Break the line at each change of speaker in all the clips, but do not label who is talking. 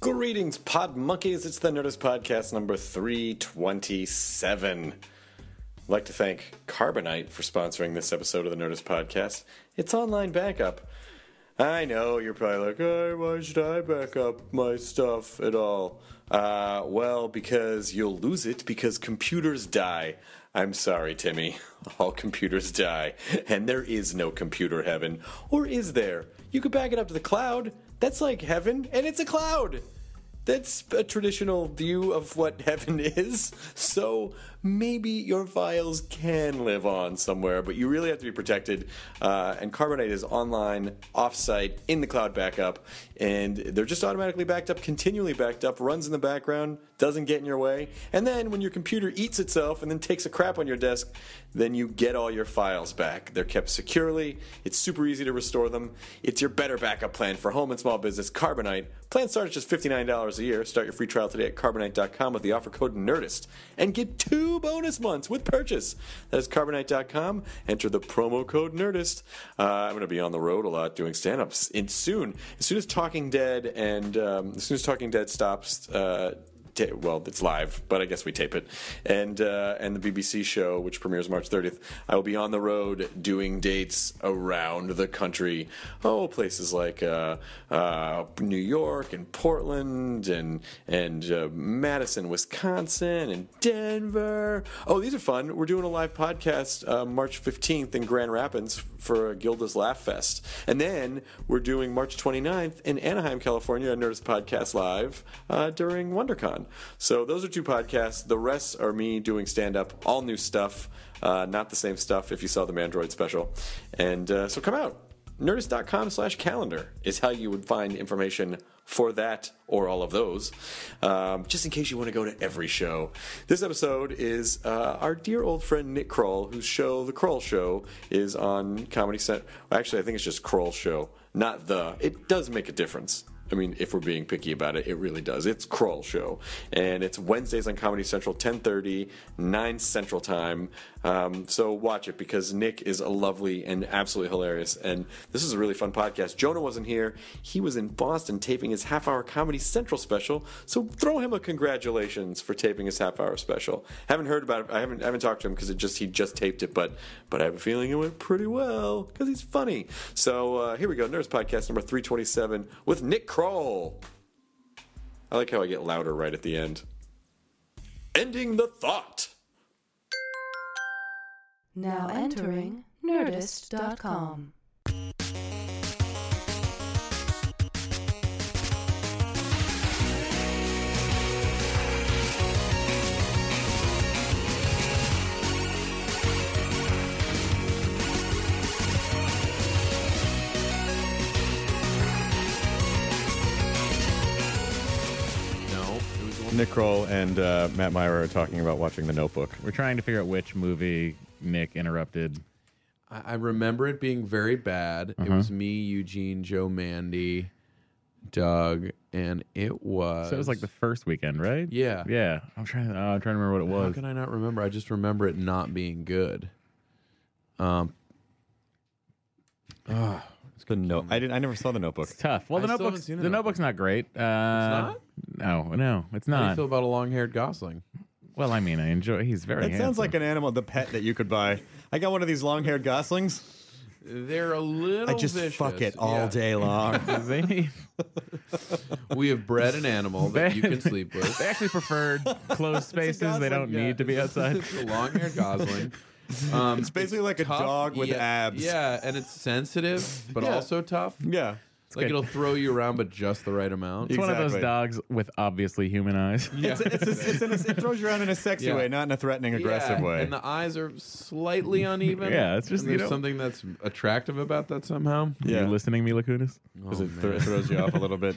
Greetings, pod monkeys. It's the Nerdist Podcast number 327. I'd like to thank Carbonite for sponsoring this episode of the Nerdist Podcast. It's online backup. I know you're probably like, hey, why should I back up my stuff at all? Uh, well, because you'll lose it because computers die. I'm sorry, Timmy. All computers die, and there is no computer heaven. Or is there? You could back it up to the cloud. That's like heaven, and it's a cloud. That's a traditional view of what heaven is. So maybe your files can live on somewhere, but you really have to be protected. Uh, and Carbonite is online, offsite, in the cloud backup, and they're just automatically backed up, continually backed up, runs in the background, doesn't get in your way. And then when your computer eats itself and then takes a crap on your desk, then you get all your files back. They're kept securely. It's super easy to restore them. It's your better backup plan for home and small business, Carbonite. Plan starts just $59 a year. Start your free trial today at carbonite.com with the offer code NERDIST and get two bonus months with purchase. That is carbonite.com. Enter the promo code NERDIST. Uh, I'm going to be on the road a lot doing stand ups soon. As soon as Talking Dead and um, as soon as Talking Dead stops, uh, ta- well, it's live, but I guess we tape it, and uh, and the BBC show, which premieres March 30th. I will be on the road doing dates around the country. Oh, places like uh, uh, New York and Portland and and uh, Madison, Wisconsin, and Denver. Oh, these are fun. We're doing a live podcast uh, March 15th in Grand Rapids for Gilda's Laugh Fest, and then we're doing March 29th in Anaheim, California, at Nerdist Podcast Live uh, during WonderCon. So those are two podcasts. The rest are me doing stand up, all new stuff, uh, not the same stuff if you saw the Mandroid special. And uh, so come out. Nerdist.com slash calendar is how you would find information for that or all of those, um, just in case you want to go to every show. This episode is uh, our dear old friend Nick Kroll, whose show, The Kroll Show, is on Comedy Central. Actually, I think it's just Kroll Show, not the. It does make a difference. I mean, if we're being picky about it, it really does. It's Kroll Show, and it's Wednesdays on Comedy Central, 10.30, 9 Central Time. Um, so watch it, because Nick is a lovely and absolutely hilarious, and this is a really fun podcast. Jonah wasn't here. He was in Boston taping his half-hour Comedy Central special, so throw him a congratulations for taping his half-hour special. Haven't heard about it. I haven't, I haven't talked to him, because it just he just taped it, but, but I have a feeling it went pretty well, because he's funny. So uh, here we go, Nerds Podcast number 327 with Nick Kroll. I like how I get louder right at the end. Ending the thought.
Now entering Nerdist.com.
No, it was one.
Nick Kroll and uh, Matt Myra are talking about watching The Notebook.
We're trying to figure out which movie Nick interrupted.
I, I remember it being very bad. It
Mm-hmm.
was me, Eugene, Joe, Mandy, Doug, and it was.
So it was like the first weekend, right?
Uh, Yeah.
Yeah. I'm trying. Uh, I'm trying to remember
How
what it
can
was.
I not remember? I just remember it not being good. Um,
The no, I didn't. I never saw The Notebook.
It's tough. Well, the
I still haven't
notebook's
seen
the
The
notebook's not great. Uh, it's not. No, no, it's
how do
not.
you feel about a long-haired Gosling?
well, I mean, I enjoy. He's very.
That sounds
handsome.
like an animal, the pet that you could buy. I got one of these long-haired goslings.
They're a little.
I just fuck
vicious.
it all
Yeah.
day long.
They,
We have bred an animal that you can sleep
they
with.
actually prefer closed spaces. They
Gosling
don't
guy.
need to be outside.
It's a long-haired Gosling. Um,
It's basically like a
tough,
dog with
yeah-
abs.
Yeah, and it's sensitive, but
Yeah.
also tough.
Yeah.
Like
good.
it'll throw you around, but just the right amount.
It's one of those
Exactly.
dogs with obviously human eyes.
It's, it's, it's, it's in a, it throws you around in a sexy
Yeah.
way, not in a threatening, aggressive
Yeah,
way.
and the eyes are slightly uneven.
Yeah, it's just,
and
you
there's
know-
something that's attractive about that somehow.
Yeah.
You listening, Mila Kunis?
because it thro- throws you off a little bit.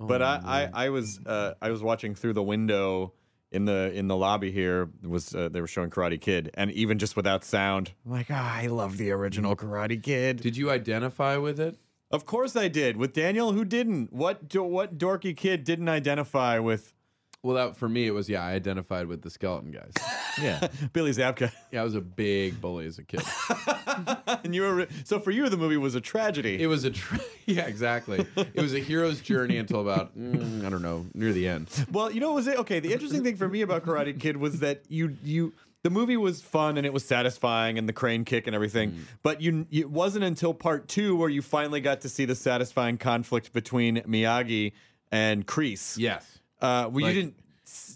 But I, I, I was uh, I was watching through the window in the in the lobby here was uh, they were showing Karate Kid and even just without sound I'm like ah I love the original Karate Kid.
Did you identify with it?
of course I did with Daniel who didn't. What do, what dorky kid didn't identify with
Well, that for me, it was yeah. I identified with the skeleton guys.
Yeah.
Billy Zabka?
yeah, I was a big bully as a kid.
and you were re- so for you the movie was a tragedy.
It was a tr yeah, exactly. It was a hero's journey until about mm, I don't know near the end.
Well, you know what was it? Okay, the interesting thing for me about Karate Kid was that you you the movie was fun and it was satisfying and the crane kick and everything, but you it wasn't until part 2 where you finally got to see the satisfying conflict between Miyagi and Kreese.
Yes,
Uh, well,
Like-
you didn't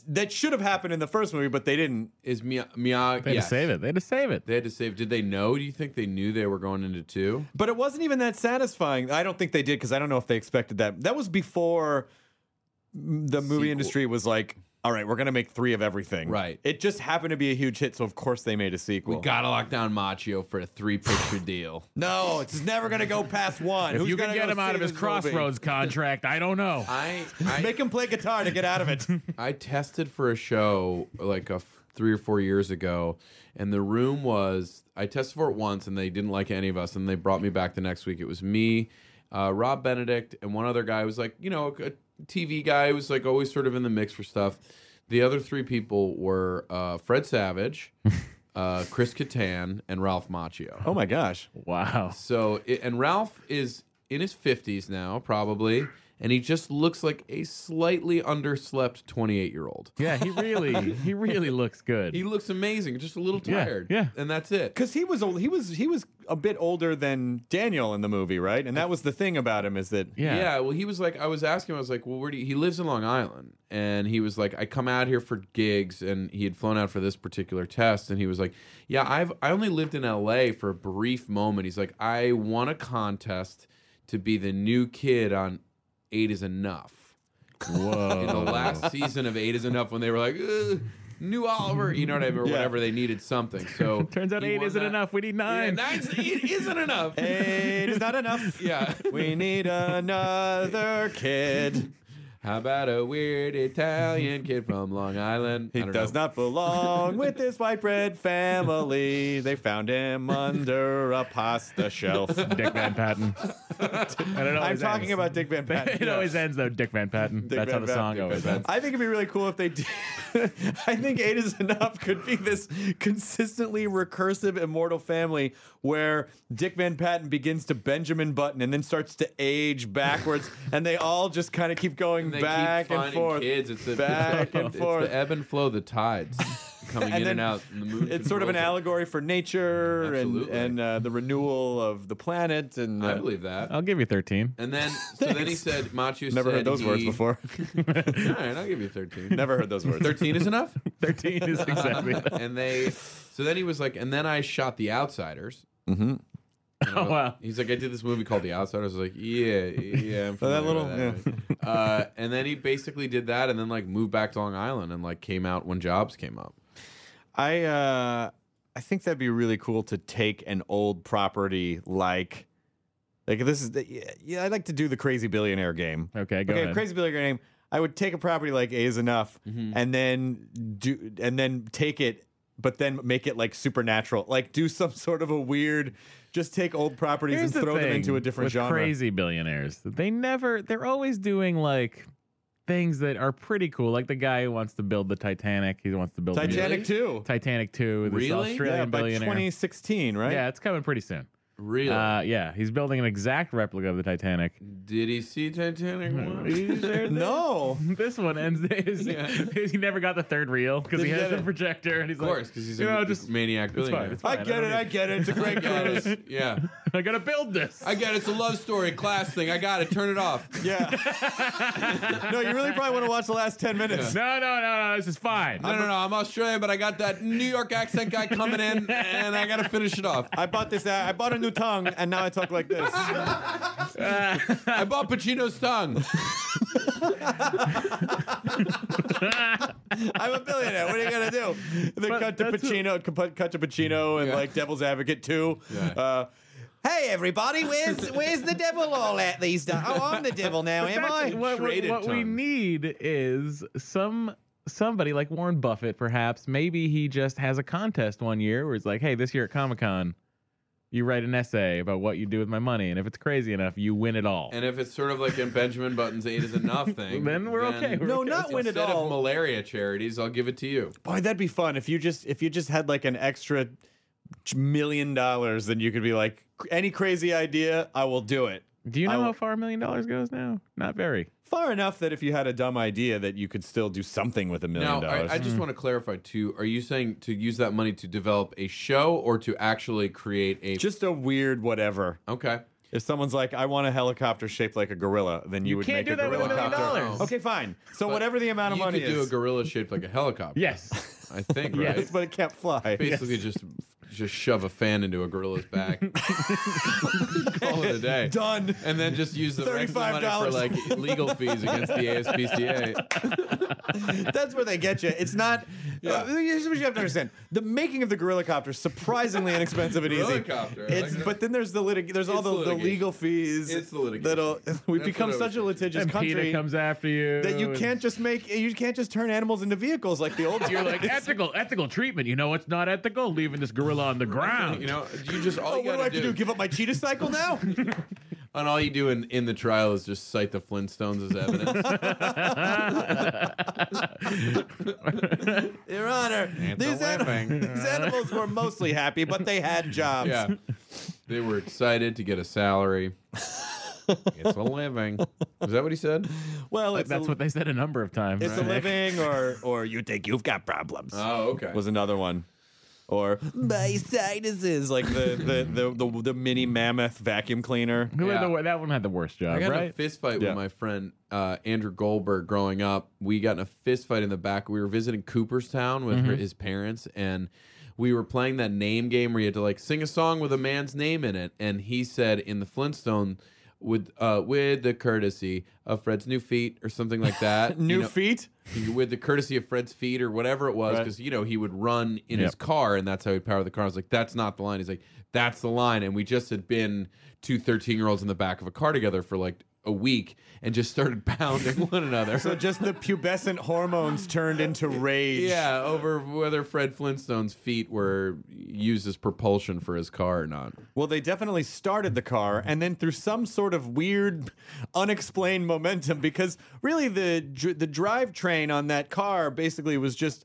that should have happened in the first movie, but they didn't.
is Mia Miyagi?
They had to save it. They had to save it.
They had to save. Did they know? Do you think they knew they were going into two?
But it wasn't even that satisfying. I don't think they did because I don't know if they expected that. That was before the movie
Sequel.
industry was like, all right, we're going to make three of everything.
Right.
It just happened to be a huge hit, so of course they made a sequel.
We gotta lock down Machio for a three-picture deal.
No, it's never gonna go past one.
If
Who's
you can
gonna
get
go
him out
save
of his
Moby?
crossroads contract, I don't know.
I, I
Make him play guitar to get out of it.
I tested for a show like a f- three or four years ago, and the room was I tested for it once, and they didn't like any of us, and they brought me back the next week. It was me, uh, Rob Benedict, and one other guy who was like you know a TV guy who was like always sort of in the mix for stuff. The other three people were uh, Fred Savage, uh, Chris Kattan, and Ralph Macchio.
oh my gosh.
wow.
So, i- and Ralph is in his 50s now, probably, and he just looks like a slightly underslept 28 year old.
Yeah, he really, he really looks good.
He looks amazing, just a little
Yeah,
tired.
yeah.
And that's it.
Because he was old, he was he was a bit older than Daniel in the movie, right? And that was the thing about him is that
yeah.
well, he was like, I was asking him, I was like, well, where do you, he lives in Long Island? And he was like, I come out here for gigs, and he had flown out for this particular test, and he was like, yeah, I've I only lived in L.A. for a brief moment. He's like, I won a contest to be the new kid on Eight Is Enough. in the last season of Eight Is Enough when they were like, "Ugh, New Oliver, you know what I mean, or
Yeah.
whatever. They needed something. So
Turns out
he
eight
won
isn't
that.
enough. We need
Yeah,
nine.
nine's, it isn't enough.
it is not enough.
Yeah.
we need another kid.
How about a weird Italian kid from Long Island?
He does not belong with this white bread family. They found him under a pasta shelf.
Dick Van Patten. And it
I'm
always
talking
ends.
about Dick Van Patten.
It always ends though. Dick Van Patten.
Dick
That's
Van
how the
Patten,
song
Dick
goes.
Van
ends.
Patten. I think it'd be really cool if they did. I think Eight is Enough could be this consistently recursive immortal family where Dick Van Patten begins to Benjamin Button and then starts to age backwards, and they all just kind of keep going
They
back
keep
and
finding
forth.
Kids. It's the,
back
it's the-
and
it's
forth.
the ebb and flow, the tides coming in
then
and out. And the moon
It's sort of an
controls
allegory for nature and,
Absolutely.
and uh, the renewal of the planet. And
it. I
uh,
believe that.
I'll give you thirteen.
And then, so then he said, Machu
never
said
heard those
he-
words before.
All right, I'll give you 13.
never heard those words.
13 is enough?
Thirteen is exactly.
and they, so then he was like, and then I shot The Outsiders.
Mm-hmm.
oh wow.
He's like, I did this movie called The Outsiders. I was like, yeah, yeah, I'm familiar
That little-
with that. Uh, and then he basically did that, and then like moved back to Long Island and like came out when Jobs came up.
I uh, I think that'd be really cool to take an old property like like this is the, yeah, yeah, I'd like to do the crazy billionaire game.
Okay,
okay,
go ahead. Mm-hmm.
crazy billionaire game. I would take a property like A is enough, and then do and then take it, but then make it like supernatural, like do some sort of a weird, just take old properties
Here's the
and throw them
thing
into a different
with
genre.
Crazy billionaires. They never. They're always doing like things that are pretty cool. Like the guy who wants to build the Titanic. He wants to build
Titanic
Really?
too,
The, Titanic two. This
Really?
Australian
yeah, by
billionaire.
2016, right?
Yeah, it's coming pretty soon.
Really?
Uh, yeah, he's building an exact replica of the Titanic.
Did he see Titanic
hmm.
one?
No.
This one ends. His,
Yeah.
he never got the third reel because he
Didn't
has
get
the
it.
projector, and he's
Of
like,
course, because he's
you
a
know, just
maniac
it's
billionaire.
fine, it's
I
fine.
get
don't
it. I
need-
get it. It's a great
Got
cruise.
it. Yeah.
I gotta build this.
I get it. It's a love story class thing. I got it. Turn it off.
Yeah. no, you really probably want to watch the last 10 minutes.
no, no, no, no. This is fine.
No, no, no. I'm Australian, but I got that New York accent guy coming in, and I got to finish it off.
I bought this. I bought a new tongue, and now I talk like this.
I bought Pacino's tongue.
I'm a billionaire. What are you gonna do? They
But
cut to
that's a-
Pacino, cut- cut to Pacino, and
Yeah.
like Devil's Advocate too.
Yeah.
Uh, hey everybody, where's where's the devil all at these days? Oh, I'm the devil now, am
That's-
I?
What, what,
Shredded
what we
tongue.
need is some somebody like Warren Buffett, perhaps. Maybe he just has a contest one year where he's like, "Hey, this year at Comic Con, you write an essay about what you do with my money, and if it's crazy enough, you win it all."
And if it's sort of like in Benjamin Button's Eight is Enough thing,
Then we're okay. We're
No, okay. not when it
Instead of
all-
malaria charities, I'll give it to you.
Boy, that'd be fun if you just if you just had like an extra million dollars, then you could be like, any crazy idea, I will do it.
do you know
I'll-
how far a million dollars goes now? Not very.
Far enough that if you had a dumb idea, that you could still do something with a million
Now,
dollars.
I, I just want to clarify too. Are you saying to use that money to develop a show or to actually create a?
Mm. just a weird whatever.
okay.
If someone's like, I want a helicopter shaped like a gorilla, then you, would
can't
make
do
a
that with a
gorilla
million
copter.
dollars.
Okay, fine. So whatever the amount of
you
money
could
is,
do a gorilla shaped like a helicopter.
Yes.
I think right.
Yes, but it can't fly.
Basically, just just shove a fan into a gorilla's back. Call it a day.
Done.
And then just use the rest of the money for
$35.
like legal fees against the ASPCA.
That's where they get you. It's not. Uh, here's what you have to understand: the making of the gorilla copter is surprisingly inexpensive and easy.
Gorillacopter, I
It's,
like that.
but then there's the litig. There's all
It's
the, the
litigation.
legal fees.
It's the litigation.
That'll. We
That's
become
what I
such a
was
litigious
and
country
PETA comes after you.
that you
and
can't just make. You can't just turn animals into vehicles like the old.
You're like ethical, ethical treatment. You know what's not ethical? Leaving this gorilla on the ground.
You know, you just all
Oh,
you
what do I
gotta
have to do? Give up my cheetah cycle now?
and all you do in, in the trial is just cite the Flintstones as evidence.
Your Honor, these,
the
anim-
whipping.
these animals were mostly happy, but they had jobs.
yeah, they were excited to get a salary. It's a living. Is that what he said?
Well, it's
That's
a,
what they said a number of times.
it's a living, or or you think you've got problems.
Oh, okay.
was another one. Or my sinuses, like the the the, the, the mini mammoth vacuum cleaner.
Who had
Yeah.
the wor- that one had the worst job,
I got in a
right?
fist fight
Yeah.
with my friend uh, Andrew Goldberg growing up. We got in a fist fight in the back. We were visiting Cooperstown with her, his parents, and we were playing that name game where you had to like sing a song with a man's name in it. And he said in the Flintstone, with uh, with the courtesy of Fred's new feet or something like that.
New
you know,
feet.
with the courtesy of Fred's feet or whatever it was,
Right.
because you know he would run in his
Yep.
car and that's how he'd power the car. I was like, that's not the line. He's like, that's the line. And we just had been two 13 year olds in the back of a car together for like a week and just started pounding one another.
So just the pubescent hormones turned into rage.
yeah, over whether Fred Flintstone's feet were used as propulsion for his car or not.
Well, they definitely started the car, and then through some sort of weird, unexplained momentum, because really the dr- the drivetrain on that car basically was just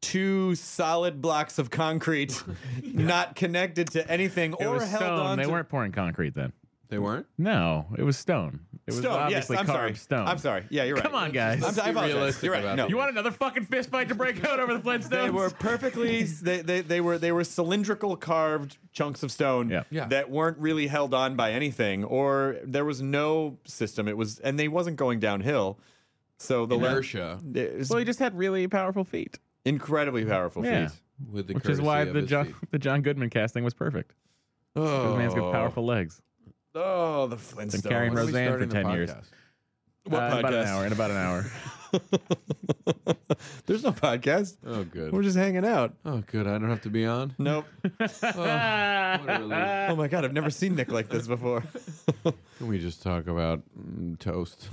two solid blocks of concrete, not connected to anything
it
or
was
held
stone.
on.
They
to-
weren't pouring concrete then.
They weren't?
No, it was stone. It was
stone. Yes,
obviously
I'm sorry.
carved stone.
I'm sorry. Yeah, you're right.
Come on, guys.
I'm
Let's
sorry. I
be
apologize.
realistic
You're right.
about
No.
this.
You want another fucking fist fight to break out over the Flintstones?
They were perfectly. They, they they were they were cylindrical carved chunks of stone
Yeah.
Yeah.
that weren't really held on by anything, or there was no system. It was, and they wasn't going downhill. So the le-
Inertia
it was
Well, he just had really powerful feet,
incredibly powerful
Yeah.
feet.
with the
which is why
courtesy of
the
his
John,
feet. Oh.
the John Goodman casting was perfect. 'Cause The man's got powerful legs.
Oh, the Flintstones.
Been carrying
When are we
Roseanne for
starting the
10 years.
podcast?
What
Uh, in about
podcast?
an hour. In about an hour.
There's no podcast.
Oh, good.
We're just hanging out.
oh, good. I don't have to be on.
Nope.
What a relief.
oh my god, I've never seen Nick like this before.
Can we just talk about mm, toast?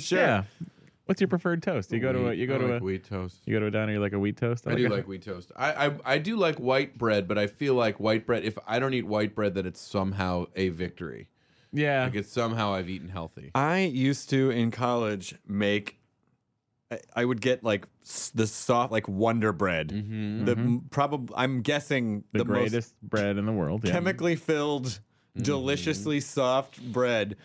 sure.
Yeah. What's your preferred toast? You go to a
Wheat.
you go
I
to
like
a
wheat toast.
you go to a diner. You like a wheat toast.
I
a-
do like wheat toast. I, I I do like white bread, but I feel like white bread. If I don't eat white bread, that it's somehow a victory.
Yeah.
Like it's somehow I've eaten healthy.
I used to in college make
I- I would get like s- the soft, like Wonder Bread.
Mhm.
The probably, I'm guessing
The,
the, most
greatest bread in the world. Yeah.
chemically filled,
Mm-hmm.
deliciously soft bread.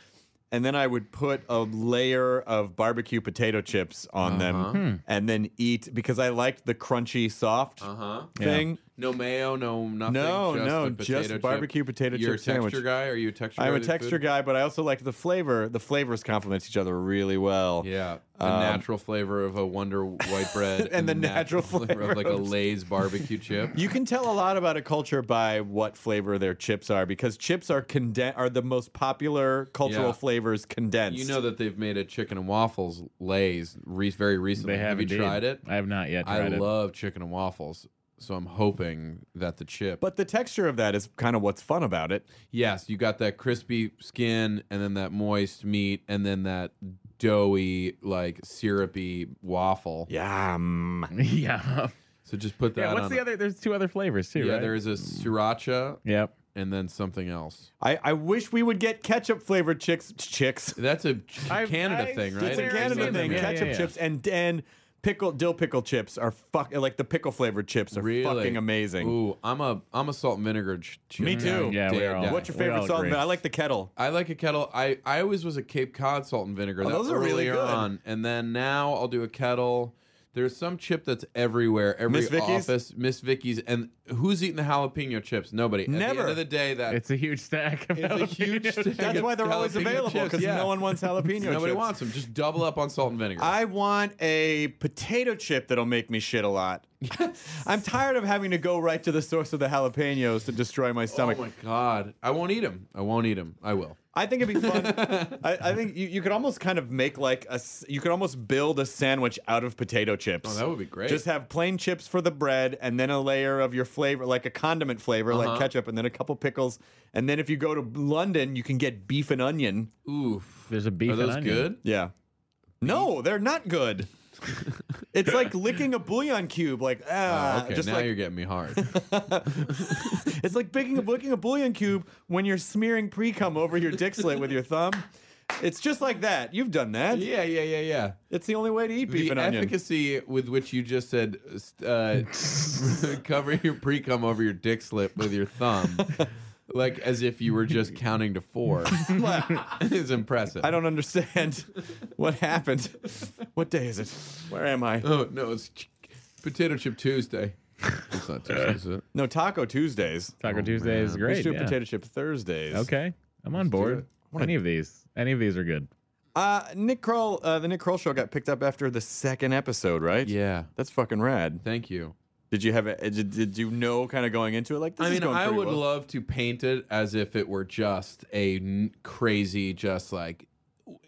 And then I would put a layer of barbecue potato chips on
Uh-huh.
them and then eat because I liked the crunchy, soft
Uh huh.
thing.
No mayo, no nothing.
No,
just
no,
the
just
potato chip.
barbecue potato
You're
chip
a texture
sandwich.
guy. Are you a texture?
I'm a
guy to
texture
food?
guy, but I also liked the flavor. The flavors complement each other really well.
Yeah, the
Um,
natural flavor of a Wonder White bread,
And the natural flavor
of like a
of-
Lay's barbecue chip.
You can tell a lot about a culture by what flavor their chips are because chips are conde- are the most popular cultural
Yeah.
flavors condensed.
You know that they've made a chicken and waffles Lay's re- very recently.
They have,
you
indeed.
tried it?
I have not yet
I
tried it.
love chicken and waffles, so I'm hoping that the chip.
but the texture of that is kind of what's fun about it.
yes, you got that crispy skin, and then that moist meat, and then that doughy, like syrupy waffle.
Yum.
yeah.
So just put that.
yeah. What's
on
the
a-
other? There's two other flavors too,
Yeah,
right?
there is a sriracha
Yep.
and then something else.
I, I wish we would get ketchup flavored chicks chicks.
That's a ch-
I've-
Canada
I've
thing, right?
It's a
I've
Canada
seen them,
thing.
yeah,
ketchup
yeah, yeah.
chips and and pickle dill pickle chips are fuck like the pickle flavored chips are
Really?
fucking amazing.
Ooh, I'm a I'm a salt and vinegar ch- chip.
Me too.
Yeah,
Damn,
we're all-
yeah.
What's your
We all
favorite salt?
agree.
and- I like the kettle.
I like a kettle. I, I always was a Cape Cod salt and vinegar.
Oh,
That
those are really
earlier
good.
on, and then now I'll do a kettle. There's some chip that's everywhere, every
Miss Vicky's?
office, Miss Vicky's, and who's eating the jalapeno chips? Nobody. At the
Never.
end of the day, that
It's a huge stack. Of
It's a huge
jalapenos.
stack.
That's why they're always
Jalapeno
available
chips,
because
yeah.
no one wants jalapeno
nobody
chips.
wants them. Just double up on salt and vinegar.
I want a potato chip that'll make me shit a lot. I'm tired of having to go right to the source of the jalapenos to destroy my
oh
stomach.
my god, I won't eat them. I won't eat them. I will.
I think it'd be fun. I, I think you, you could almost kind of make like a s- you could almost build a sandwich out of potato chips.
Oh, that would be great.
Just have plain chips for the bread, and then a layer of your flavor, like a condiment flavor,
Uh-huh.
like ketchup, and then a couple pickles, and then if you go to London, you can get beef and onion.
Oof.
There's a beef.
Are
and
those
onion.
good?
Yeah. No, they're not good. it's like licking a bouillon cube. Like ah,
Oh, okay,
just
now
like
you're getting me hard.
it's like picking a licking a bouillon cube when you're smearing pre cum over your dick slit with your thumb. It's just like that. You've done that.
yeah, yeah, yeah, yeah.
It's the only way to eat beef
the
and onion.
efficacy with which you just said uh, cover your pre cum over your dick slip with your thumb, like as if you were just counting to four, is impressive.
I don't understand what happened. What day is it? Where am I?
Oh no, it's ch- potato chip Tuesday. It's not Tuesday, is it?
No, Taco Tuesdays.
Oh,
Taco Tuesday is
We should
great.
do
yeah.
potato chip Thursdays.
Okay, I'm on board. Any of these? Any of these are good.
Uh, Nick Kroll, uh, the Nick Kroll show got picked up after the second episode, right?
Yeah.
That's fucking rad.
Thank you.
Did you have a, did, did you know kind of going into it like this?
I
is
mean,
going
I
pretty
would
well.
love to paint it as if it were just a n- crazy, just like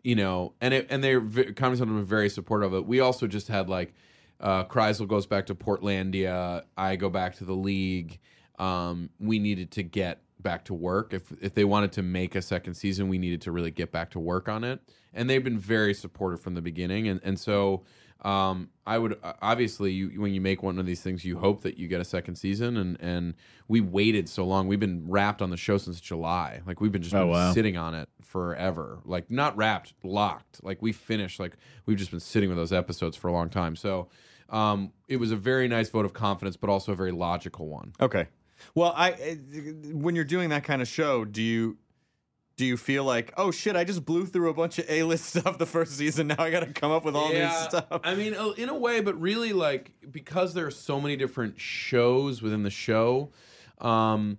you know, and it and they comedy central were very supportive of it. We also just had like uh, Kreisel goes back to Portlandia, I go back to the league. Um, we needed to get back to work if if they wanted to make a second season, we needed to really get back to work on it. And they've been very supportive from the beginning, and and so. Um, I would uh, obviously you when you make one of these things, you hope that you get a second season, and and we waited so long. We've been wrapped on the show since July. Like we've been just
Oh,
been
wow.
sitting on it forever. Like not wrapped, locked. Like we finished. Like we've just been sitting with those episodes for a long time. So um, it was a very nice vote of confidence, but also a very logical one.
Okay. Well, I uh, when you're doing that kind of show, do you do you feel like, oh shit, I just blew through a bunch of A-list stuff the first season. Now I got to come up with all new stuff.
I mean, uh, in a way, but really, like because there are so many different shows within the show, um,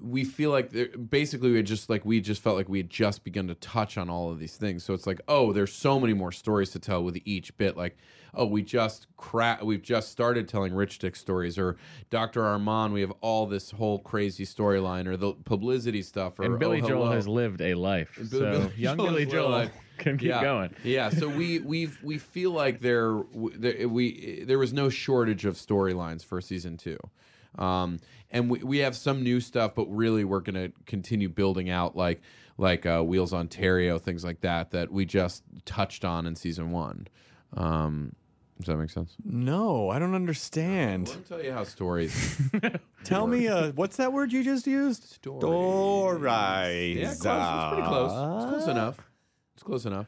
we feel like there- basically we had just like we just felt like we had just begun to touch on all of these things. So it's like, oh, there's so many more stories to tell with each bit. Like, oh, we just cra- we've just started telling Rich Dick stories, or Doctor Armand. We have all this whole crazy storyline, or the publicity stuff, or
And Billy
oh,
Joel
hello.
has lived a life,
Billy-
so
Billy
young
Joel's
Billy
lived a
Joel
life.
can keep
yeah.
going.
Yeah, so we we we feel like there, there we there was no shortage of storylines for season two, um, and we we have some new stuff, but really we're gonna continue building out like like uh, Wheels Ontario things like that that we just touched on in season one. Um, does that make sense?
No, I don't understand.
Let me tell you how stories.
Tell me, uh, what's that word you just used?
Stories.
Stories.
yeah, close. It's pretty close. It's close enough. It's close enough.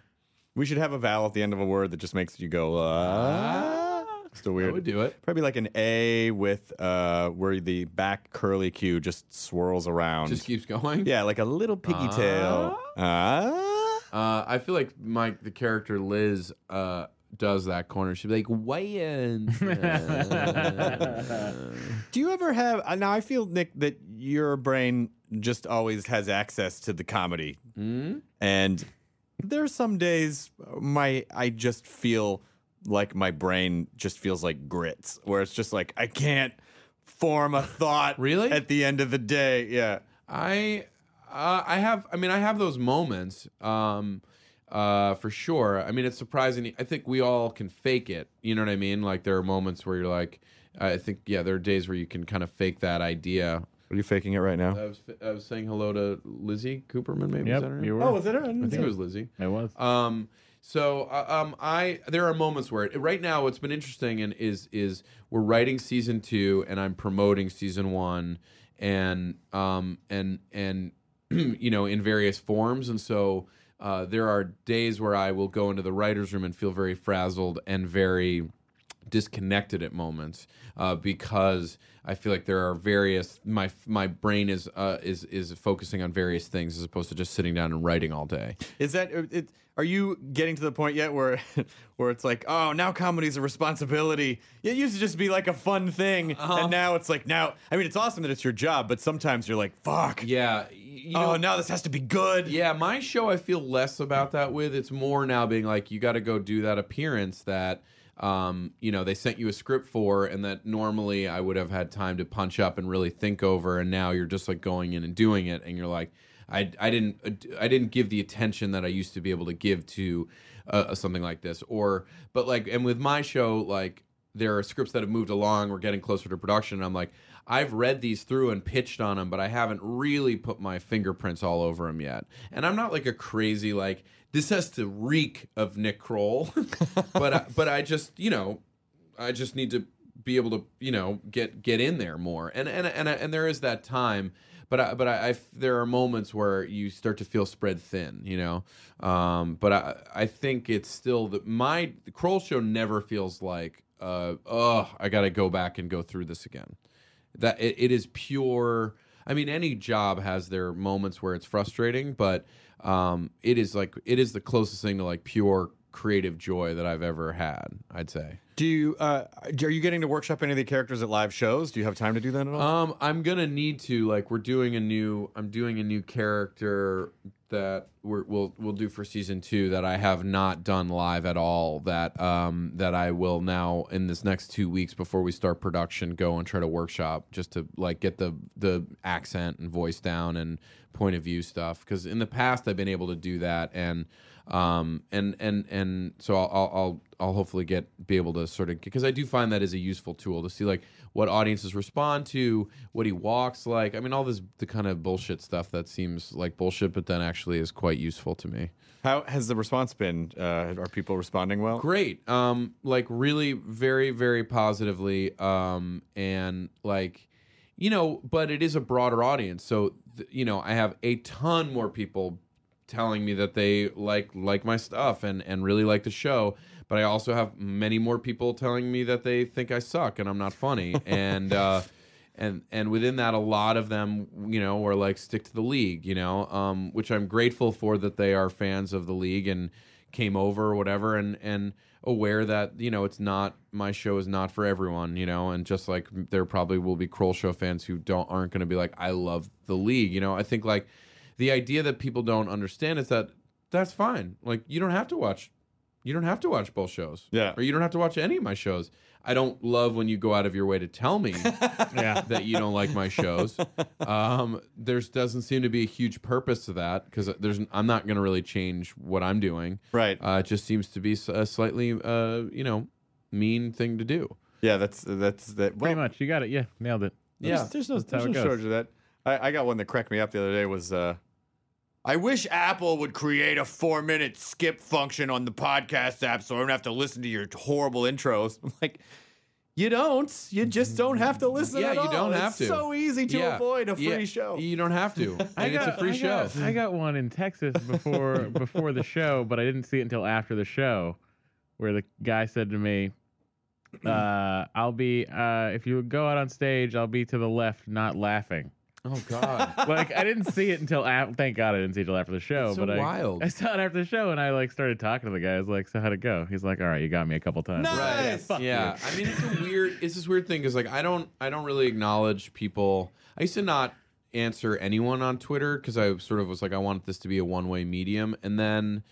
We should have a vowel at the end of a word that just makes you go. Uh,
"Ah."
still
I
weird.
would do it.
Probably like an A with uh, where the back curly Q just swirls around.
Just Uh? keeps going.
yeah, like a little piggy tail. Ah.
Uh, I feel like my the character Liz uh, does that corner. She'd be like, "Wayans."
Do you ever have uh, now? I feel Nick that your brain just always has access to the comedy,
Hmm?
and there are some days uh, my I just feel like my brain just feels like grits, where it's just like I can't form a thought
Really?
at the end of the day. Yeah,
I uh, I have I mean I have those moments um uh for sure. I mean it's surprising I think we all can fake it. You know what I mean? Like there are moments where you're like I think yeah, there are days where you can kind of fake that idea.
are you faking it right now?
I was I was saying hello to Lizzie Cooperman maybe is
Yep,
that her name?
you were.
it her?
I think it was Lizzie.
it was.
Um, so uh, um, I there are moments where it, right now what's been interesting and is is we're writing season two and I'm promoting season one and um and and you know in various forms and so uh, there are days where I will go into the writers room and feel very frazzled and very disconnected at moments uh, because I feel like there are various my my brain is uh, is is focusing on various things as opposed to just sitting down and writing all day.
Is that uh, it, are you getting to the point yet where where it's like, oh, now comedy's a responsibility. It used to just be like a fun thing,
Uh-huh.
and now it's like now. I mean, it's awesome that it's your job, but sometimes you're like, fuck.
Yeah, y- you know,
oh, now this has to be good.
yeah. My show, I feel less about that with. It's more now being like, you got to go do that appearance that, um, you know, they sent you a script for, and that normally I would have had time to punch up and really think over, and now you're just like going in and doing it, and you're like. I, I didn't uh, I didn't give the attention that I used to be able to give to uh, something like this or but like and with my show like there are scripts that have moved along we're getting closer to production and i'm like i've read these through and pitched on them but i haven't really put my fingerprints all over them yet and i'm not like a crazy like this has to reek of nick kroll but I, but i just you know i just need to be able to you know get get in there more and and and, and there is that time but I, but I, I there are moments where you start to feel spread thin you know um but i i think it's still the my the kroll show never feels like uh oh i gotta go back and go through this again that it, it is pure i mean any job has their moments where it's frustrating but um it is like it is the closest thing to like pure creative joy that i've ever had i'd say
Do you uh, are you getting to workshop any of the characters at live shows? Do you have time to do that at all?
Um, I'm gonna need to like we're doing a new I'm doing a new character that we're, we'll we'll do for season two that I have not done live at all that um that I will now in this next two weeks before we start production go and try to workshop just to like get the the accent and voice down and point of view stuff because in the past I've been able to do that and um and and and so I'll I'll I'll, I'll hopefully get be able to sort of because I do find that is a useful tool to see like what audiences respond to, what he walks like. I mean, all this the kind of bullshit stuff that seems like bullshit, but then actually is quite useful to me.
How has the response been? Uh, are people responding well?
Great, um, like really, very, very positively, um, and like, you know, but it is a broader audience, so th- you know, I have a ton more people telling me that they like like my stuff and and really like the show but i also have many more people telling me that they think i suck and i'm not funny and uh and and within that a lot of them you know are like stick to the league you know um which i'm grateful for that they are fans of the league and came over or whatever and and aware that you know it's not my show is not for everyone you know and just like there probably will be kroll show fans who don't aren't going to be like i love the league you know i think like the idea that people don't understand is that that's fine. Like you don't have to watch you don't have to watch both shows.
Yeah.
Or you don't have to watch any of my shows. I don't love when you go out of your way to tell me
yeah.
that you don't like my shows. Um, there's doesn't seem to be a huge purpose to that because there's I'm not going to really change what I'm doing.
Right.
Uh, it just seems to be s- a slightly uh, you know mean thing to do.
yeah, that's that's that. Well,
Pretty much. You got it. Yeah. Nailed it.
Yeah.
There's, there's no,
That's how
there's
it
no
goes.
shortage of that. I, I got one that cracked me up the other day was uh, I wish Apple would create a four minute skip function on the podcast app so I don't have to listen to your horrible intros. I'm like, You don't. You just don't have to listen
Yeah,
at
you
all.
don't
It's
have to.
so easy to
Yeah.
avoid a free
Yeah.
show.
You don't have to. And it's a free
I
show.
got- I got one in Texas before before the show, but I didn't see it until after the show, where the guy said to me, uh, "I'll be uh, if you go out on stage, I'll be to the left, not laughing."
oh God.
Like I didn't see it until after. Thank God I didn't see it until after the show.
It's so
but I,
wild.
I saw it after the show, and I like started talking to the guy. I was like, "So how'd it go?" He's like, "All right, you got me a couple times."
Nice.
Right.
Yeah, fuck
yeah. I mean, it's a weird. It's this weird thing because like I don't. I don't really acknowledge people. I used to not answer anyone on Twitter because I sort of was like I wanted this to be a one way medium, and then.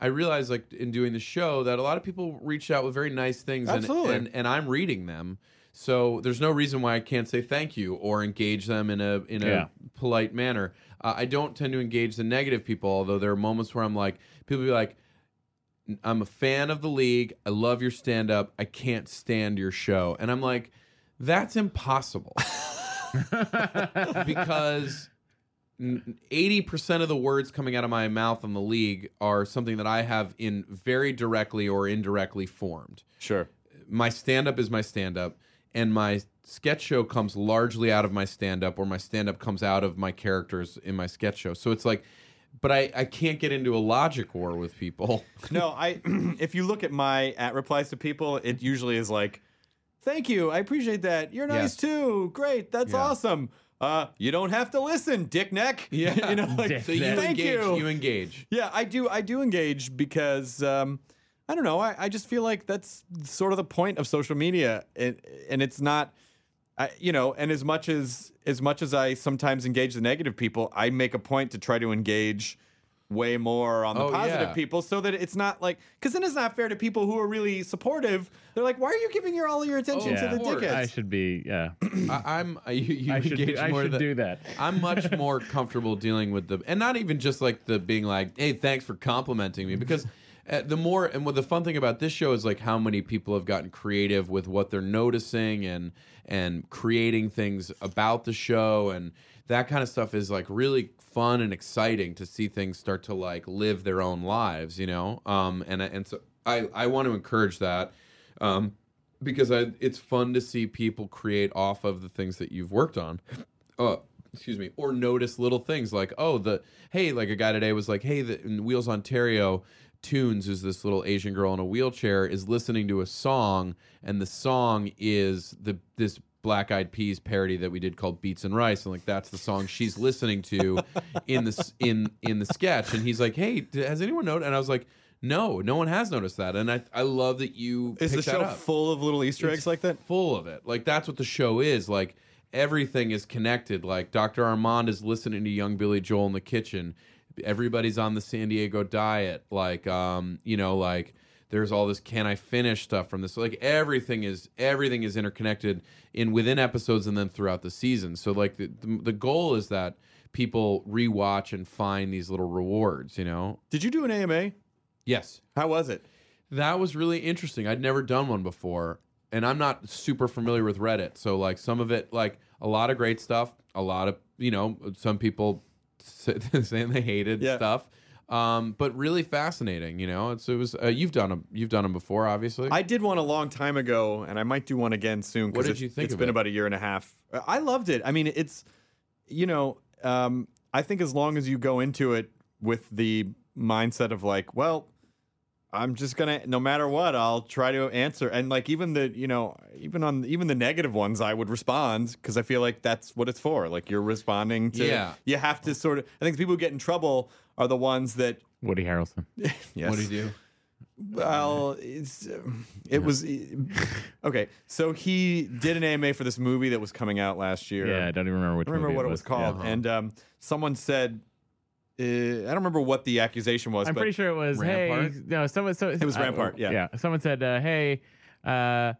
I realized, like in doing the show, that a lot of people reached out with very nice things, and,
Absolutely.
and and I'm reading them. So there's no reason why I can't say thank you or engage them in a in a
Yeah.
polite manner. Uh, I don't tend to engage the negative people, although there are moments where I'm like, people be like, I'm a fan of the league. I love your stand up. I can't stand your show. And I'm like, that's impossible. because n- 80% of the words coming out of my mouth on the league are something that I have in very directly or indirectly formed.
Sure.
My stand up is my stand up, and my sketch show comes largely out of my stand up, or my stand up comes out of my characters in my sketch show. So it's like, but I, I can't get into a logic war with people.
no, I. if you look at my at replies to people, it usually is like, "Thank you, I appreciate that. You're nice
Yes.
too. Great, that's
Yeah.
awesome. Uh, you don't have to listen, dick neck. you know, like,
Dick
So you
thank
engage.
you.
engage.
Yeah, I do. I do engage because um, I don't know. I, I just feel like that's sort of the point of social media, and and it's not, I, you know. And as much as as much as I sometimes engage the negative people, I make a point to try to engage way more on the
Oh,
positive
yeah.
people, so that it's not like because then it's not fair to people who are really supportive. They're like, why are you giving your all your attention
Oh,
to
yeah.
the
Of course.
dickheads?
I should be. Yeah,
I, I'm I- you, you
I should.
engage
Do, I
more
should
than-
do that.
I'm much more comfortable dealing with the and not even just like the being like, hey, thanks for complimenting me because. Uh, the more and what the fun thing about this show is like how many people have gotten creative with what they're noticing and and creating things about the show and that kind of stuff is like really fun and exciting to see things start to like live their own lives you know um and I- and so I I want to encourage that um because I, it's fun to see people create off of the things that you've worked on. Uh, excuse me, or notice little things like, oh, the hey, like a guy today was like, hey, the in Wheels Ontario Tunes is this little Asian girl in a wheelchair is listening to a song, and the song is the this Black Eyed Peas parody that we did called Beats and Rice, and like that's the song she's listening to in the s- in in the sketch, and he's like, hey, d- has anyone noticed? And I was like. No, no one has noticed that, and I I love that you
is the
picked that
show
up
full of little Easter eggs like that?
full of it. Like that's what the show is. Like everything is connected. Like Dr. Armand is listening to young Billy Joel in the kitchen. Everybody's on the San Diego diet. Like um, you know, like there's all this can I finish stuff from this. Like everything is everything is interconnected in within episodes and then throughout the season. So like the the, the goal is that people rewatch and find these little rewards, you know?
Did you do an AMA?
Yes.
How was it?
That was really interesting. I'd never done one before, and I'm not super familiar with Reddit. So like some of it, like a lot of great stuff, a lot of you know, some people sa- saying they hated
Yeah.
stuff, um, but really fascinating. You know, it's it was uh, you've done them you've done them before, obviously.
I did one a long time ago, and I might do one again soon. 'cause
What did
it's-
you think
It's
of
been
it?
about a year and a half. Uh, I loved it. I mean, it's you know, um, I think as long as you go into it with the mindset of like, well, I'm just gonna, no matter what, I'll try to answer, and like even the, you know, even on even the negative ones, I would respond because I feel like that's what it's for. Like you're responding to.
Yeah.
You have to sort of. I think the people who get in trouble are the ones that.
Woody Harrelson.
Yes.
What do you do?
Well, it's, um, it was okay. So he did an AMA for this movie that was coming out last year.
Yeah, I don't even remember which.
I don't remember
movie
what it was
Yeah.
called.
Uh-huh.
And um, someone said, uh, I don't remember what the accusation was.
I'm
but
pretty sure it was hey
Rampart?
no someone so
It was Rampart, yeah.
yeah someone said uh, hey uh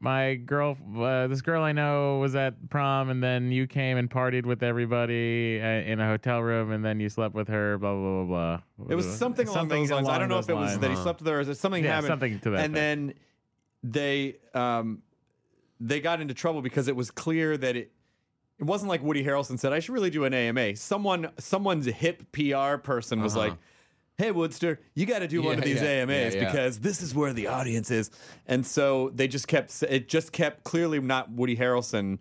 my girl uh, this girl I know was at prom and then you came and partied with everybody uh, in a hotel room and then you slept with her blah blah blah blah
It was something along those lines. I don't know if
those
it was
lines.
that he
Huh.
slept with her or that something
Yeah,
happened.
something to that
And then they um, they got into trouble because it was clear that it it wasn't like Woody Harrelson said I should really do an AMA. Someone someone's hip PR person was
Uh-huh.
like, hey Woodster, you got to do one
Yeah,
of these
yeah,
AMAs
yeah, yeah.
because this is where the audience is. And so they just kept s- it just kept clearly not Woody Harrelson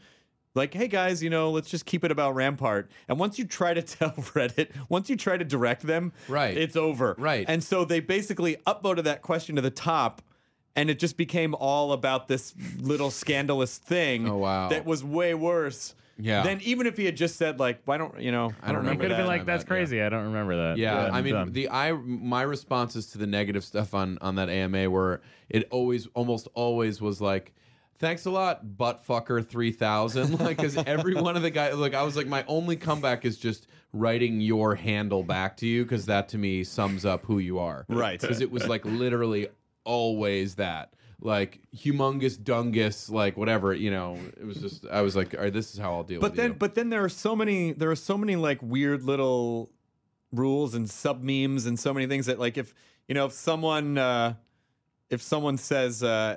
like, hey guys, you know, let's just keep it about Rampart. And once you try to tell Reddit, once you try to direct them,
Right.
it's over.
Right.
And so they basically upvoted that question to the top. And it just became all about this little scandalous thing
Oh, wow.
that was way worse.
Yeah.
Than even if he had just said like, why don't you know? I don't
don't
It
remember.
could have
that.
been like,
that,
"That's
yeah.
crazy. I don't remember that."
Yeah, I
I'm
mean
done.
the I my responses to the negative stuff on on that AMA were it always almost always was like thanks a lot butt fucker 3000 like cuz every one of the guys like I was like my only comeback is just writing your handle back to you cuz that to me sums up who you are.
Right.
Cuz it was like literally always that like humongous dungus like whatever you know it was just i was like all right this is how i'll deal
but
with
then
you.
but then there are so many there are so many like weird little rules and sub memes and so many things that like if you know if someone uh if someone says uh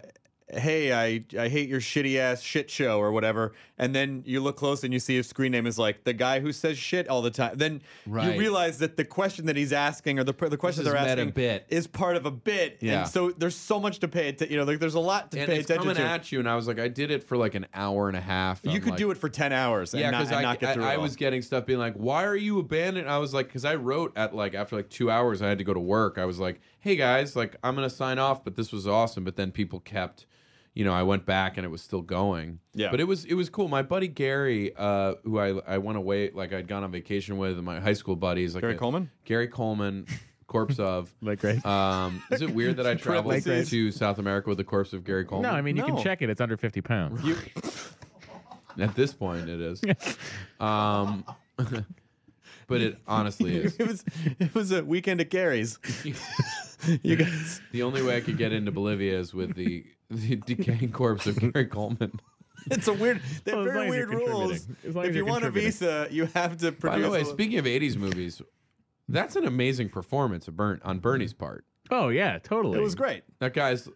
hey i i hate your shitty ass shit show or whatever and then you look close and you see his screen name is like the guy who says shit all the time then
Right.
you realize that the question that he's asking or the the question
is
they're
meta
asking
bit.
is part of a bit
Yeah.
and so there's so much to pay attention you know like there's a lot to
and
pay
it's
attention
coming
to
at you and i was like i did it for like an hour and a half
you
I'm
could
like,
do it for 10 hours and
yeah,
not,
because
and
I,
not get through
I,
it
I
all.
was getting stuff being like, "Why are you abandoned?" I was like, because I wrote at like after like two hours, I had to go to work. I was like, "Hey guys, like I'm gonna sign off, but this was awesome." But then people kept, you know, I went back and it was still going.
Yeah.
but it was it was cool. My buddy Gary, uh, who I I went away like I'd gone on vacation with, and my high school buddies, like
Gary
a-
Coleman?
Gary Coleman, corpse of.
Like, right?
Um, is it weird that I traveled
Parentheses.
to South America with the corpse of Gary Coleman?
no, I mean you
No.
can check it. It's under fifty pounds.
At this point, it is. um, but it honestly is.
it was it was a weekend at Gary's. you guys,
The only way I could get into Bolivia is with the, the decaying corpse of Gary Coleman.
it's a weird. They have
Well, as long
very
as you're
weird rules.
contributing. As long
If
as
you
you're
want a
contributing.
visa, you have to
By
produce.
the way,
a-
speaking of '80s movies, that's an amazing performance of Bern- on Bernie's part.
Oh yeah, totally.
it was great.
That guy's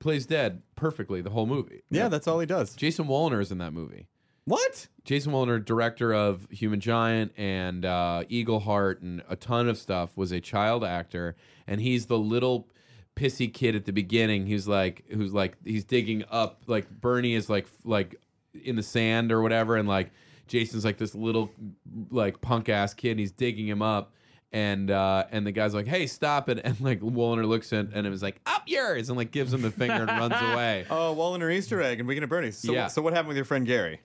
plays dead perfectly the whole movie.
Yeah, that's all he does.
Jason Wallner is in that movie.
What?
Jason Wallner, director of Human Giant and uh, Eagle Heart and a ton of stuff, was a child actor, and he's the little pissy kid at the beginning who's like, who's like, he's digging up, like Bernie is like, like in the sand or whatever, and like Jason's like this little, like punk ass kid, and he's digging him up. And uh, and the guy's like, "Hey, stop it!" And like Wallner looks in and it was like, "Up yours!" and like gives him the finger and runs away.
Oh, Walliner Easter egg and Weekend at Bernie's. So,
Yeah.
so what happened with your friend Gary?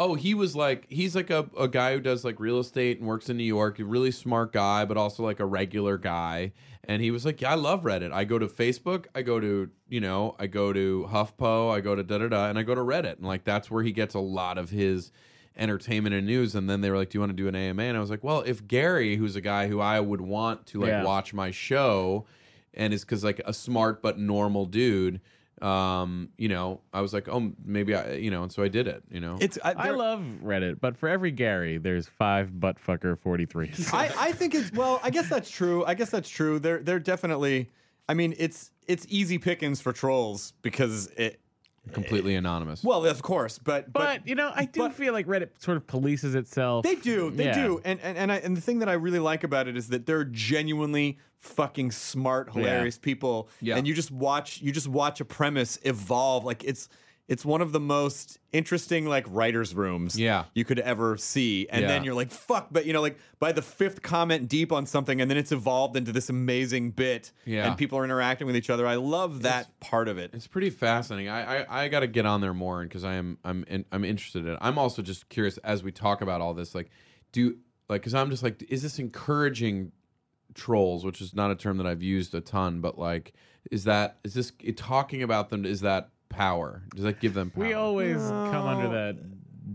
Oh, he was like he's like a, a guy who does like real estate and works in New York. A really smart guy, but also like a regular guy. And he was like, "Yeah, I love Reddit. I go to Facebook. I go to you know, I go to HuffPo. I go to da da da, and I go to Reddit. And like that's where he gets a lot of his entertainment and news. And then they were like, "Do you want to do an AMA?" And I was like, "Well, if Gary, who's a guy who I would want to like
Yeah.
watch my show, and is because like a smart but normal dude." um you know i was like oh maybe i you know and so i did it you know
It's I,
I
there-
love Reddit, but for every Gary, there's five buttfucker forty threes.
I, I think it's well. I guess that's true. I guess that's true. They're they're definitely. I mean, it's it's easy pickings for trolls because it.
completely anonymous.
Well, of course, but
But you know, I do
but-
feel like Reddit sort of polices itself.
They do, they
Yeah.
do, and and and, I, and the thing that I really like about it is that they're genuinely fucking smart, hilarious people,
Yeah.
and you just watch you just watch a premise evolve. Like it's it's one of the most interesting like writers' rooms,
Yeah.
you could ever see. And then
Yeah.
you're like, fuck, but you know, like by the fifth comment deep on something, and then it's evolved into this amazing bit,
Yeah.
and people are interacting with each other. I love that part of it.
it's pretty fascinating. I I, I got to get on there more because I am I'm in, I'm interested in. it. I'm also just curious as we talk about all this, like do like because I'm just like, is this encouraging trolls, which is not a term that I've used a ton, but like, is that is this it, talking about them? Is that power? Does that give them power?
We always come under that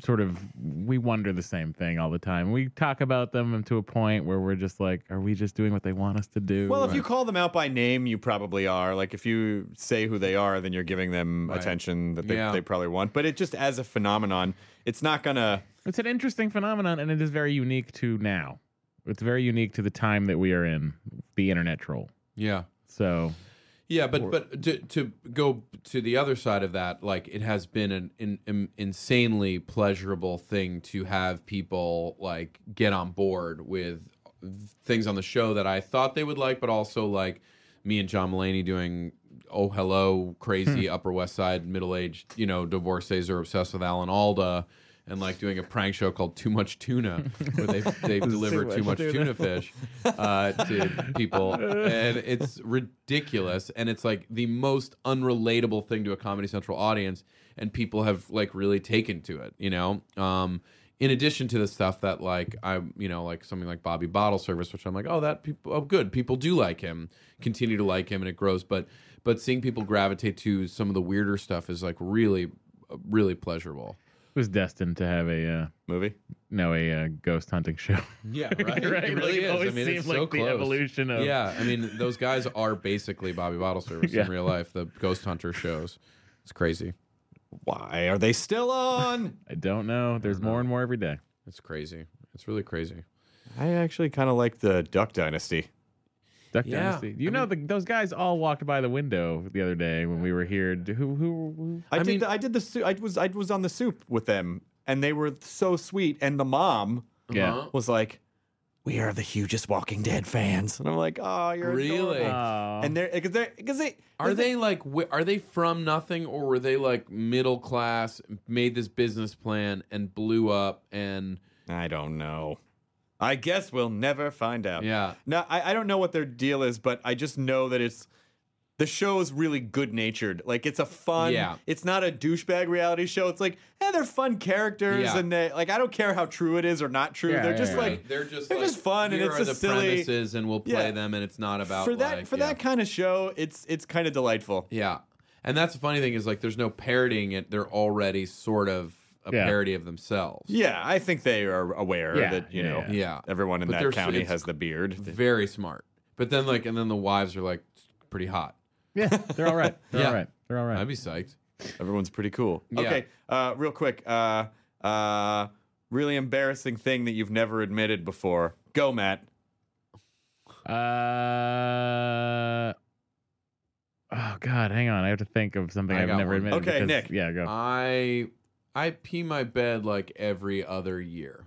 sort of we wonder the same thing all the time. We talk about them to a point where we're just like, are we just doing what they want us to do?
Well, if you call them out by name, you probably are. Like if you say who they are, then you're giving them attention that they,
Yeah.
they probably want. But it just as a phenomenon, it's not gonna.
it's an interesting phenomenon, and it is very unique to now. It's very unique to the time that we are in, the internet troll.
yeah.
So
Yeah, but but to to go to the other side of that, like it has been an, an, an insanely pleasurable thing to have people like get on board with things on the show that I thought they would like, but also like me and John Mulaney doing Oh Hello, crazy Upper West Side middle aged, you know, divorcees are obsessed with Alan Alda. And like doing a prank show called Too Much Tuna, where they they deliver too much tuna fish uh, to people, and it's ridiculous. And it's like the most unrelatable thing to a Comedy Central audience, and people have like really taken to it, you know. Um, in addition to the stuff that like I you know like something like Bobby Bottle Service, which I'm like, oh that people oh good people do like him, continue to like him, and it grows. But but seeing people gravitate to some of the weirder stuff is like really really pleasurable.
It was destined to have a uh,
Movie.
no a uh, ghost hunting show.
Yeah, right. It really
Like,
is.
always
I mean,
seemed
it's
like
so
the
close.
evolution of
Yeah, I mean, those guys are basically Bobby Bottle Service
Yeah.
in real life. The Ghost Hunter shows. It's crazy.
Why are they still on?
I don't know. There's more and more every day.
It's crazy. It's really crazy.
I actually kind of like the Duck Dynasty.
Duck
Yeah,
Dynasty. You
I
know, the, those guys all walked by the window the other day when we were here. D- Who? Who? who?
I, did.
mean-
the, I did the. Su- I was. I was on the soup with them, and they were so sweet. And the mom
Yeah.
Uh-huh.
was like, "We are the hugest Walking Dead fans," and I'm like, "Oh, you're
Really?
adorable."
Aw.
And they're because they because they
Are they like wi- are they from nothing or were they like middle class made this business plan and blew up and
I don't know. I guess we'll never find out.
yeah
No, I, I don't know what their deal is, but I just know that it's the show is really good natured. Like it's a fun.
Yeah.
It's not a douchebag reality show. It's like, eh, they're fun characters,
Yeah.
and they like I don't care how true it is or not true.
Yeah,
they're
yeah,
just
yeah.
like
Right. they're just
they're
like,
just fun and
here
it's
are
a
the
silly-
premises and we'll play
Yeah.
them and it's not about
for that
like-
for
yeah.
that kind of show. It's it's kind of delightful.
Yeah. And that's the funny thing is like there's no parodying it. They're already sort of a
Yeah.
parody of themselves.
Yeah, I think they are aware
Yeah,
that you
yeah,
know
yeah.
Yeah.
everyone in
But
that
they're-
county
it's
has the beard.
Very smart. But then like and then the wives are like pretty hot.
yeah, they're all right. They're
Yeah.
all right. They're all right.
I'd be psyched.
Everyone's pretty cool.
Yeah.
Okay, uh, real quick. Uh, uh, really embarrassing thing that you've never admitted before. Go, Matt.
Uh, oh God, hang on. I have to think of something
I
I've
got
never
one.
admitted.
Okay,
because-
Nick.
Yeah, go.
I I pee my bed like every other year.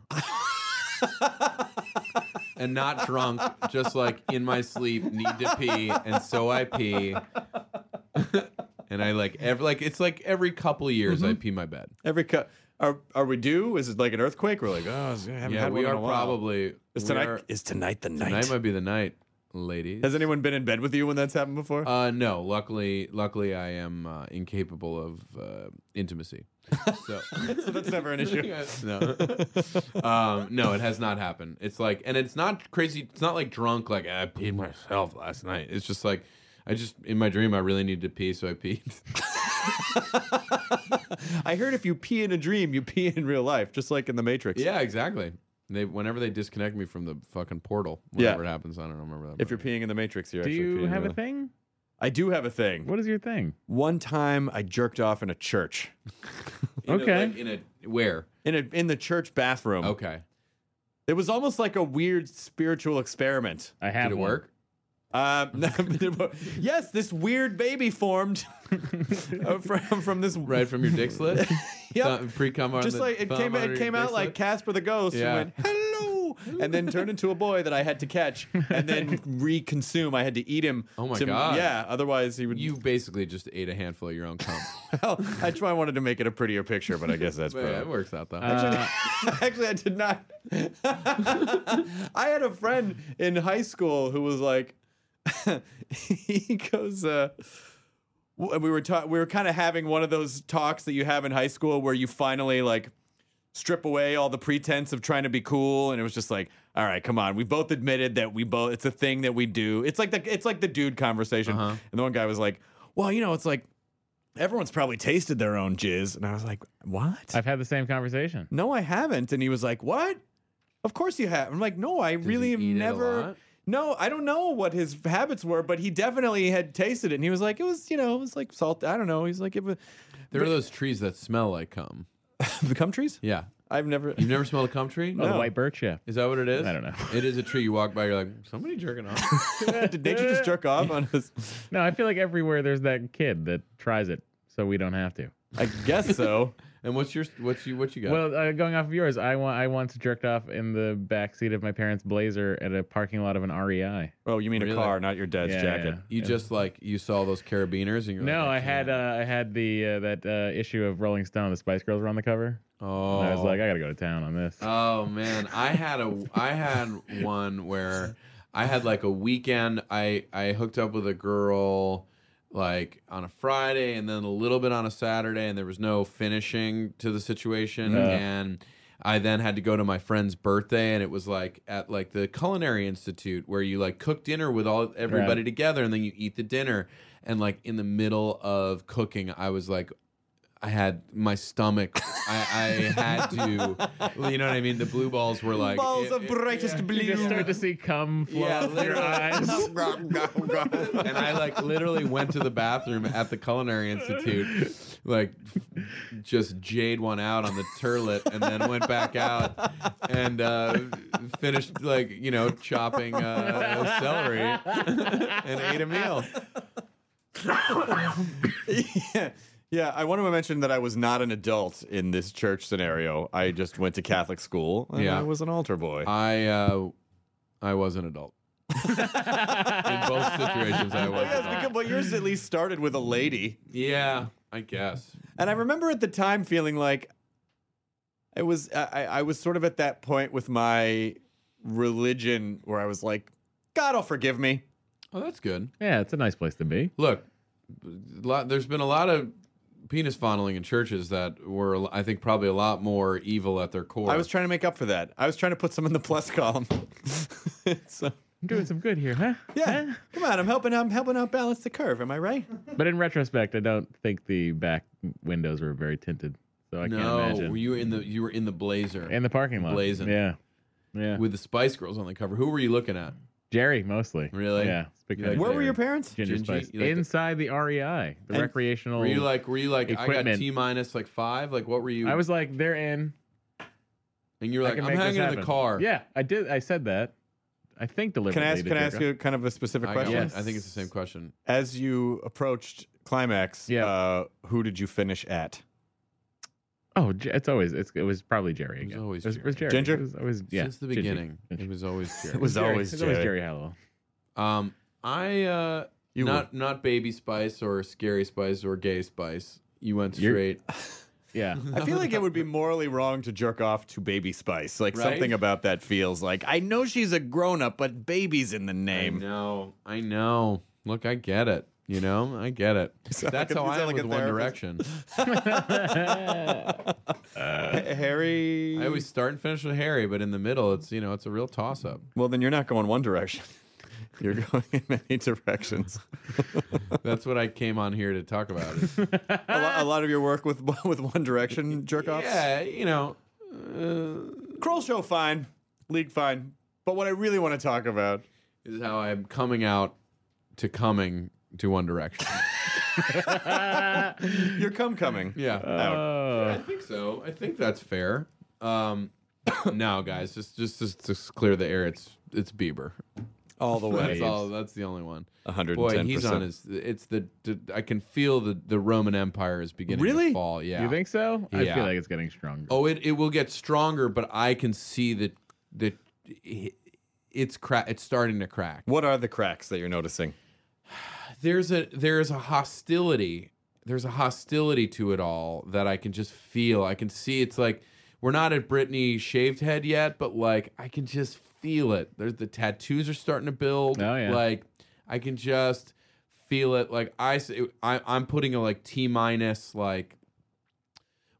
and not drunk, just like in my sleep, need to pee, and so I pee. and I like every like it's like every couple years I pee my bed.
Every cut. Are, are we due? Is it like an earthquake? We're like, oh, I haven't
Yeah,
had
we
one in
are
a while.
probably
Is
we
tonight?
are-
is tonight the night?
Tonight might be the night, ladies.
Has anyone been in bed with you when that's happened before?
Uh, no, luckily, luckily, I am uh, incapable of uh, intimacy. So,
so that's never an issue.
no, um, no, it has not happened. It's like, and it's not crazy. It's not like drunk. Like "Ah, I peed
Mm.
myself last night. It's just like I just in my dream I really needed to pee, so I peed.
I heard if you pee in a dream, you pee in real life, just like in the Matrix.
yeah, exactly. They whenever they disconnect me from the fucking portal,
Yeah.
whenever it happens, I don't remember that.
If you're peeing in the Matrix, you're
Do
actually peeing
you
in
have
real
a
life.
thing?
I do have a thing.
What is your thing?
One time, I jerked off in a church,
In a-
okay.
like, in a where?
in a in the church bathroom.
Okay,
It was almost like a weird spiritual experiment.
I have
did it
one.
work?
Um, yes, this weird baby formed uh, from from this
Right from your dick slit?
Yep.
Pre cum on
Just
the
like it
thumb
came,
under
it
your
came
dick
out like
slit?
Casper the Ghost and
Yeah.
went hello, and then turned into a boy that I had to catch and then reconsume. I had to eat him.
Oh my
to-
God.
Yeah, otherwise he would.
You basically just ate a handful of your own cum.
Well, I try. I wanted to make it a prettier picture, but I guess that's
But yeah, it
probably.
works out though.
Uh,
Actually, I did not. I had a friend in high school who was like, he goes, uh, w- we were ta- we were kind of having one of those talks that you have in high school where you finally like strip away all the pretense of trying to be cool, and it was just like, all right, come on, we both admitted that we both it's a thing that we do. It's like the it's like the dude conversation,
Uh-huh.
and the one guy was like, well, you know, it's like. Everyone's probably tasted their own jizz, and I was like, "What?"
I've had the same conversation.
no, I haven't. And he was like, what? Of course you have. I'm like, no, I really
he
have
eat it a
never.
lot?
No, I don't know what his habits were, but he definitely had tasted it. And he was like, it was, you know, it was like salt. I don't know. He's like, it was
there are those trees that smell like cum.
the cum trees.
Yeah.
I've never.
You've never smelled a cum tree?
Oh, the white birch, yeah.
Is that what it is?
I don't know.
It is a tree you walk by, you're like, somebody jerking off.
Did nature just jerk off on us?
No, I feel like everywhere there's that kid that tries it, so we don't have to.
I guess so.
And what's your what's you what you got?
Well, uh, going off of yours, I want I once jerked off in the back seat of my parents' Blazer at a parking lot of an E REI.
Oh, you mean
Really?
a car, not your dad's
Yeah,
jacket.
yeah.
you just like you saw those carabiners and you're
No,
like,
I had
can't.
uh, I had the uh, that uh, issue of Rolling Stone. The Spice Girls were on the cover.
oh
And I was like, I gotta go to town on this.
Oh man, I had a I had one where I had like a weekend. I I hooked up with a girl like on a Friday and then a little bit on a Saturday, and there was no finishing to the situation.
Yeah.
And I then had to go to my friend's birthday, and it was like at like the Culinary Institute where you like cook dinner with all everybody together, and then you eat the dinner. And like in the middle of cooking, I was like, I had my stomach. I, I had to, well, you know what I mean. The blue balls were like
Balls
it-
of
it-
brightest
you just
blue.
start to see cum flow
Yeah,
out of your
literally.
eyes.
and I like literally went to the bathroom at the Culinary Institute, like f- just jade one out on the turlet, and then went back out and uh, finished like you know chopping uh, celery and ate a meal.
yeah. yeah, I want to mention that I was not an adult in this church scenario. I just went to Catholic school. And
Yeah.
I was an altar boy.
I uh, I was an adult. In both situations, I
Well,
was.
yes,
an adult.
because- but yours at least started with a lady.
Yeah, I guess.
And I remember at the time feeling like it was I, I I was sort of at that point with my religion where I was like, God will forgive me.
Oh, that's good.
Yeah, it's a nice place to be.
Look, a lot, there's been a lot of penis fondling in churches that were, I think, probably a lot more evil at their core.
I was trying to make up for that. I was trying to put some in the plus column. so
I'm doing some good here, huh?
yeah, come on, I'm helping. I'm helping out balance the curve. Am I right?
But in retrospect, I don't think the back windows were very tinted, so I can't
no,
imagine.
were you in the you were in the blazer
in the parking lot,
Blazing.
Yeah, yeah.
with the Spice Girls on the cover? Who were you looking at?
Jerry mostly.
Really?
Yeah. it's big
You like
fan of
Where were
Jerry.
your parents?
Ginger
Gingy?
Spice
You like the-
inside the REI, the
And
recreational.
Were you like were you like I got
Equipment.
T minus like five? Like what were you?
I was like, they're in.
and you were
I
like
can
I'm
make this
hanging in the
happen."
car.
Yeah, I did. I said that. I think deliberately.
Can I ask?
to
Can I
jerk
ask
off.
you kind of a
I,
specific
got
question?
one.
Yes.
I think it's the same question.
As you approached climax,
Yeah.
uh, who did you finish at?
Oh, J- it's always it's, it was probably Jerry.
It was
Again.
always
it was, was
Jerry.
Jerry.
Ginger?
It was always yeah.
Since the
Ginger.
beginning,
Ginger.
it was always Jerry.
It was
Jerry-
always
it was always
Jerry.
Jerry Hallowell.
Um, I uh,
You
not not baby spice or scary spice or gay spice. You went
You're-
straight.
Yeah.
I feel like it would be morally wrong to jerk off to Baby Spice. Like
Right?
something about that feels like I know she's a grown up, but baby's in the
I
name.
know. I know. Look, I get it. You know, I get it.
like
That's
a-
how
you
I
sound
am
like
with
a
One
therapist.
Direction.
Ha- Harry.
I always start and finish with Harry, but in the middle, it's you know, it's a real toss up.
Well, then you're not going one direction. You're going in many directions.
That's what I came on here to talk about. is-
a, lo- a lot of your work with with One Direction jerk offs.
yeah, you know, uh,
Kroll show fine, league fine. But what I really want to talk about
is how I'm coming out to coming to One Direction.
your cum coming.
Yeah.
Oh.
I think so. I think that's fair. Um, no, guys, just just just just clear the air. It's it's Bieber.
all the
That's all. That's the only one.
110%.
Boy, he's on his. It's the. I can feel the the Roman Empire is beginning
Really?
to fall. Yeah.
You think so? I
Yeah.
feel like it's getting stronger.
Oh, it, it will get stronger, but I can see that that it's crack. It's starting to crack.
What are the cracks that you're noticing?
There's a there's a hostility. There's a hostility to it all that I can just feel. I can see. It's like we're not at Britney shaved head yet, but like I can just feel it. There's the tattoos are starting to build.
Oh, yeah.
Like I can just feel it. Like I s- I I'm putting a like T minus like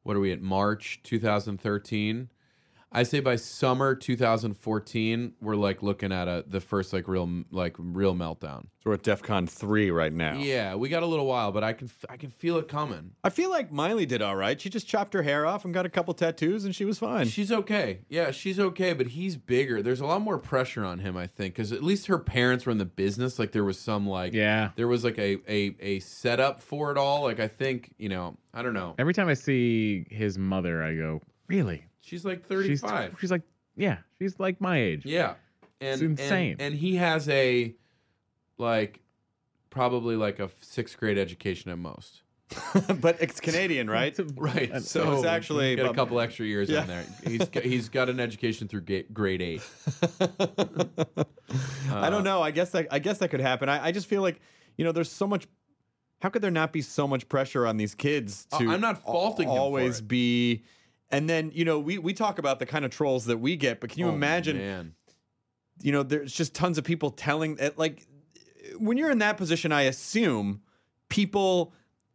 what are we at March 2013? I say by summer 2014, we're like looking at a the first like real like real meltdown.
So we're at DEF CON 3 right now.
Yeah, we got a little while, but I can f- I can feel it coming.
I feel like Miley did all right. She just chopped her hair off and got a couple tattoos and she was fine.
She's okay. Yeah, she's okay, but he's bigger. There's a lot more pressure on him, I think, because at least her parents were in the business. Like there was some like
Yeah.
there was like a a a setup for it all. Like I think you know I don't know.
Every time I see his mother, I go, really?
She's like
She's,
35.
she's like, yeah, she's like my age.
Yeah. And,
It's
and-
insane.
And, he has a like probably like a sixth grade education at most.
but it's Canadian, right?
Right. So,
it's actually-
get a couple extra years
Yeah.
on there. He's got, he's got an education through ga- grade eight.
I don't know. I guess that I guess that could happen. I, I just feel like you know, there's so much. How could there not be so much pressure on these kids
I-
to?
I'm not faulting them for
Always
it.
be. And then you know we we talk about the kind of trolls that we get, but can you
Oh,
imagine?
man.
You know, there's just tons of people telling it. Like when you're in that position, I assume people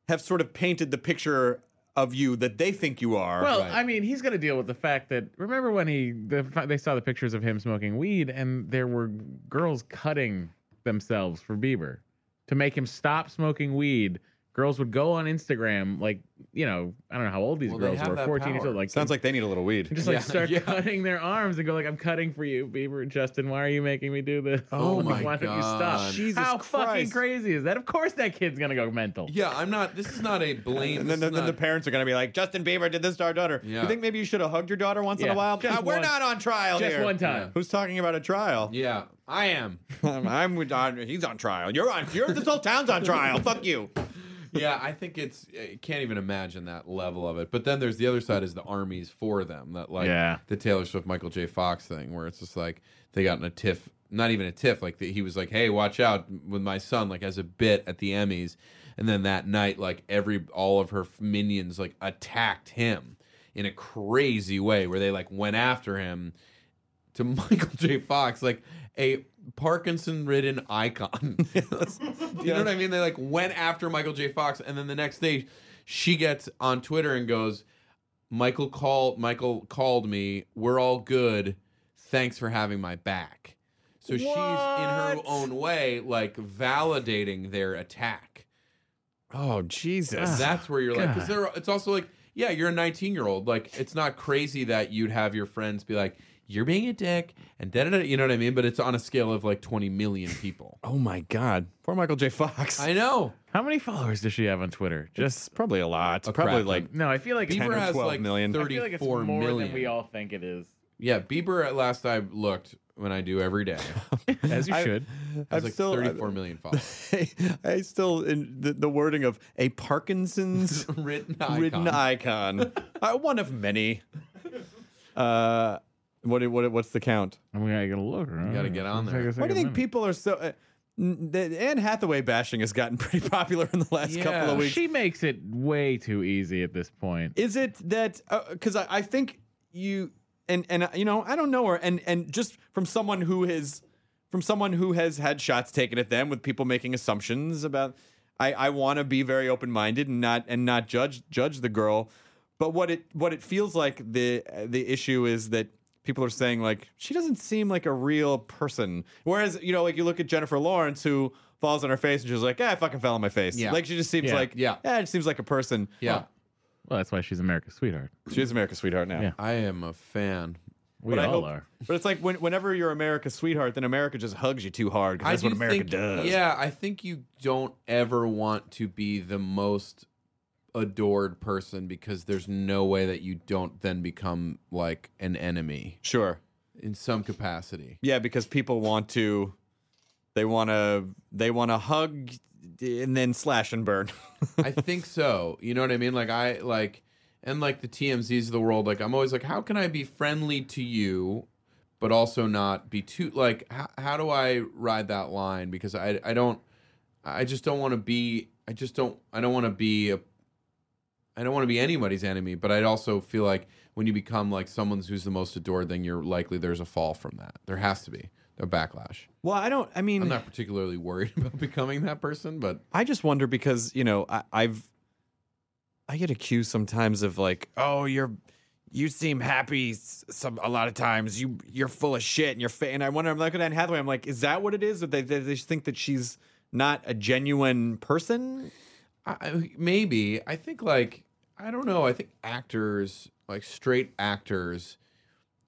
have sort of painted the picture of you that they think you are.
Well, I mean, he's going to deal with the fact that remember when he the, fa- they saw the pictures of him smoking weed and there were girls cutting themselves for Bieber to make him stop smoking weed. Girls would go on Instagram, like you know, I don't know how old these
Well, they
girls
have
were,
that
fourteen years
power.
old. Like
sounds like they need a little weed.
just like
Yeah,
start
yeah.
cutting their arms and go like, "I'm cutting for you, Bieber, Justin. Why are you making me do this?
Oh
Like,
my
why don't you
God.
stop?
Jesus
how fucking
Christ.
crazy is that? Of course, that kid's gonna go mental.
Yeah, I'm not. This is not a blame.
And then,
this
then
is
the
not-
parents are going to be like, Justin Bieber did this to our daughter.
Yeah.
You think maybe you should have hugged your daughter once in a
Yeah.
while?
Just
Ah, we're
one-
not on trial
Just
here.
one time.
Who's talking about a trial?
yeah, I am.
Um, I'm with I'm- he's on trial. You're on. You're this whole town's on trial. Fuck you.
Yeah, I think it's. I can't even imagine that level of it. But then there's the other side is the armies for them that like
Yeah.
the Taylor Swift Michael J Fox thing where it's just like they got in a tiff, not even a tiff. Like the, he was like, "Hey, watch out with my son," like as a bit at the Emmys, and then that night, like every all of her minions like attacked him in a crazy way where they like went after him to Michael J. Fox, like a Parkinson ridden icon. you know what I mean? They like went after Michael J. Fox, and then the next day she gets on Twitter and goes, Michael called Michael called me. We're all good. Thanks for having my back. So she's in her
What?
own way, like validating their attack.
Oh Jesus.
That's where you're like, because
God.
they're. It's also like, yeah, you're a 19 year old. Like, it's not crazy that you'd have your friends be like, "You're being a dick," and da da da. You know what I mean? But it's on a scale of like 20 million people.
oh my God. Poor Michael J. Fox.
I know.
How many followers does she have on Twitter?
It's
Just
probably a lot.
A
probably
crap
like
no. I feel like
Bieber
10 or
has
12
like
million.
I feel like it's more
34 million.
than we all think it is.
Yeah, Bieber. At last I looked, when I do every day,
As you
I-
should.
has
I'm
like
uh,
still
34 million followers.
I still in the, the wording of a Parkinson's
Written
ridden
icon.
icon. uh, one of many. Uh, what what what's the count?
I'm gonna gotta look. You
gotta get on there.
Why do you think people are so? Uh, n- the Anne Hathaway bashing has gotten pretty popular in the last couple
Yeah.
of weeks.
She makes it way too easy at this point.
Is it that because I, I think you and and uh, you know I don't know her and and just from someone who has from someone who has had shots taken at them with people making assumptions about I I want to be very open minded and not and not judge judge the girl, but what it what it feels like the uh, the issue is that. People are saying like she doesn't seem like a real person. Whereas you know, like you look at Jennifer Lawrence who falls on her face and she's like, "Ah, I fucking fell on my face."
Yeah.
Like she just seems
Yeah.
like,
Yeah.
"Ah, it seems like a person."
Yeah,
Well, that's why she's America's sweetheart.
She is America's sweetheart now.
Yeah.
I am a fan.
We
But I
all
hope-
are.
But it's like when, whenever you're America's sweetheart, then America just hugs you too hard because that's what
do
America
think-
does.
Yeah, I think you don't ever want to be the most adored person because there's no way that you don't then become like an enemy
Sure.
in some capacity.
Yeah, because people want to, they want to, they want to hug and then slash and burn.
I think so. You know what I mean? Like I like and like the TMZs of the world, like I'm always like, how can I be friendly to you, but also not be too like how, how do I ride that line? Because I I don't I just don't want to be I just don't I don't want to be a I don't want to be anybody's enemy, but I also feel like when you become like someone who's the most adored, then you're likely there's a fall from that. There has to be a backlash.
well, I don't. I mean,
I'm not particularly worried about becoming that person, but
I just wonder because you know I, I've I get accused sometimes of like, oh, you're you seem happy s- some a lot of times. You you're full of shit and you're fa-. and I wonder. I'm looking at Anne Hathaway. I'm like, is that what it is? That they they, they just think that she's not a genuine person.
I- I, maybe I think like I don't know. I think actors, like straight actors,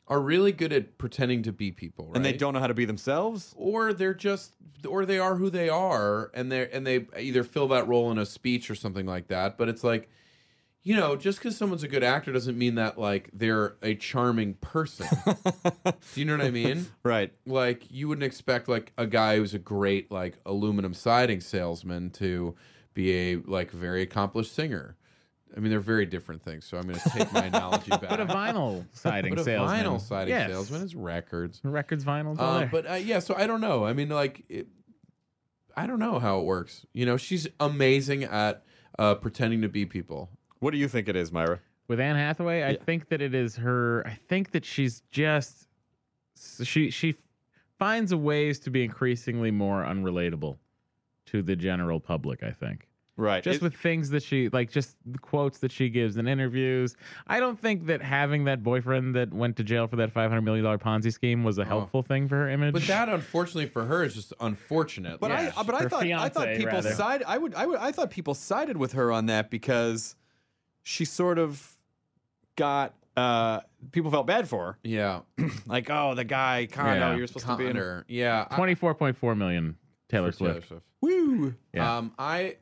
are really good at pretending to be people, right?
and they don't know how to be themselves.
or they're just, or they are who they are, and they are and they either fill that role in a speech or something like that. But it's like, you know, just because someone's a good actor doesn't mean that like they're a charming person. Do you know what I mean?
Right.
like you wouldn't expect like a guy who's a great like aluminum siding salesman to be a like very accomplished singer. I mean, they're very different things. So I'm going to take my analogy back.
But a vinyl siding
But a
salesman.
vinyl siding
Yes.
salesman is records.
Records, vinyls, all
Uh,
there.
but uh, yeah, so I don't know. I mean, like, it, I don't know how it works. You know, she's amazing at uh, pretending to be people.
What do you think it is, Myra?
with Anne Hathaway, I
Yeah.
think that it is her. I think that she's just she she finds a ways to be increasingly more unrelatable to the general public. I think
Right.
just
It-
with things that she like, just the quotes that she gives in interviews. I don't think that having that boyfriend that went to jail for that five hundred million dollar Ponzi scheme was a helpful thing for her image.
Oh. But that, unfortunately for her, is just unfortunate.
But
Yeah,
I, uh, but I
her
thought, I thought
fiancé,
people
rather.
side. I would, I would, I thought people sided with her on that because she sort of got. Uh, people felt bad for
yeah,
her, like, oh, the guy, Kondo,
Yeah,
you're supposed to be in her.
Connor, Yeah, I-
twenty four point four million Taylor
for Taylor
Swift.
Swift.
Woo!
Yeah.
Um, I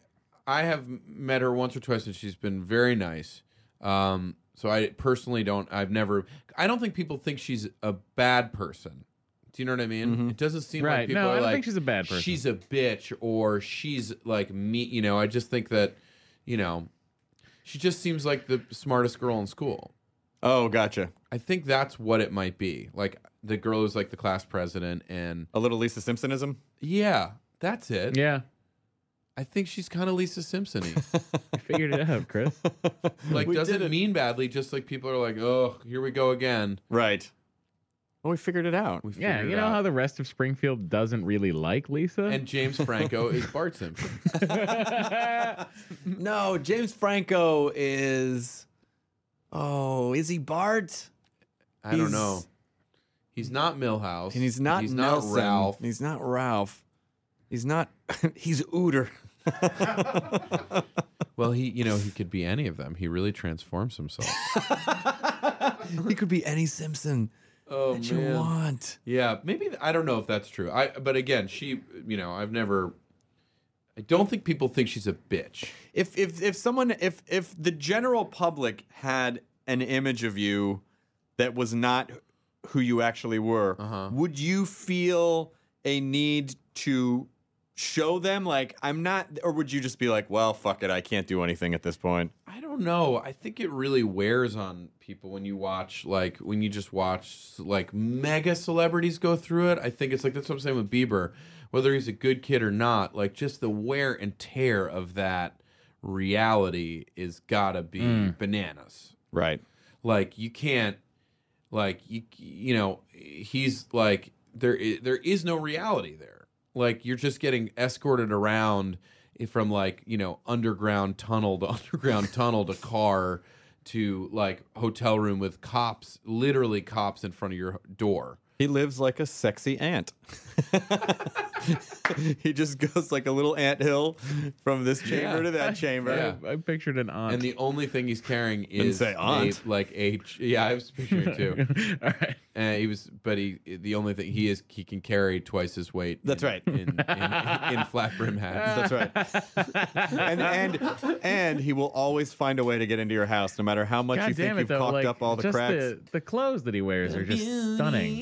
I have met her once or twice, and she's been very nice. Um, so I personally don't. I've never. I don't think people think she's a bad person. Do you know what I mean? It doesn't seem
Mm-hmm. Right.
like people
No,
are
I don't
like,
think she's a bad person.
She's a bitch, or she's like me. You know, I just think that, you know, she just seems like the smartest girl in school.
Oh, gotcha.
I think that's what it might be. Like the girl who's like the class president, and
A little Lisa Simpsonism.
yeah, that's it.
Yeah,
I think she's kind of Lisa Simpson-y.
I figured it out, Chris.
like
We
doesn't
did it.
mean badly just like people are like oh here we go again
Right. Well, we figured it out.
We
Yeah,
figured
you
it
know
out.
how the rest of Springfield doesn't really like Lisa.
and James Franco is Bart Simpson.
no, James Franco is. Oh, is he Bart?
I don't
He's-
know. He's not Millhouse.
And he's not.
He's
Nelson.
not Ralph.
He's not Ralph. He's not. he's Ooter.
Well, he you know he could be any of them. He really transforms himself.
he could be any Simpson
oh
that you want.
Yeah, maybe I don't know if that's true. I but again, she you know I've never. I don't think people think she's a bitch.
If if if someone if if the general public had an image of you that was not who you actually were,
Uh-huh.
would you feel a need to show them like I'm not, or would you just be like, well, fuck it, I can't do anything at this point?
I don't know. I think it really wears on people when you watch, like, when you just watch, like, mega celebrities go through it. I think it's like, that's what I'm saying with Bieber, whether he's a good kid or not, like, just the wear and tear of that reality is gotta be bananas.
Right.
Like, you can't, like, you, you know, he's like, there is, there is no reality there. Like, you're just getting escorted around from like you know underground tunnel to underground tunnel to car to like hotel room with cops literally cops in front of your door
He lives like a sexy ant. he just goes like a little ant hill from this chamber
Yeah.
to that chamber.
Yeah.
I pictured an aunt.
and the only thing he's carrying is
say aunt.
A, like a yeah i was picturing it too
All right.
uh, he was but he the only thing he is he can carry twice his weight
That's
in-
right.
in, in, in, in flat brim hats
That's right. and and and he will always find a way to get into your house, no matter how much
God
you
damn
think
it,
you've
though.
caulked
Like,
up all the
just
cracks.
The, the clothes that he wears are just stunning.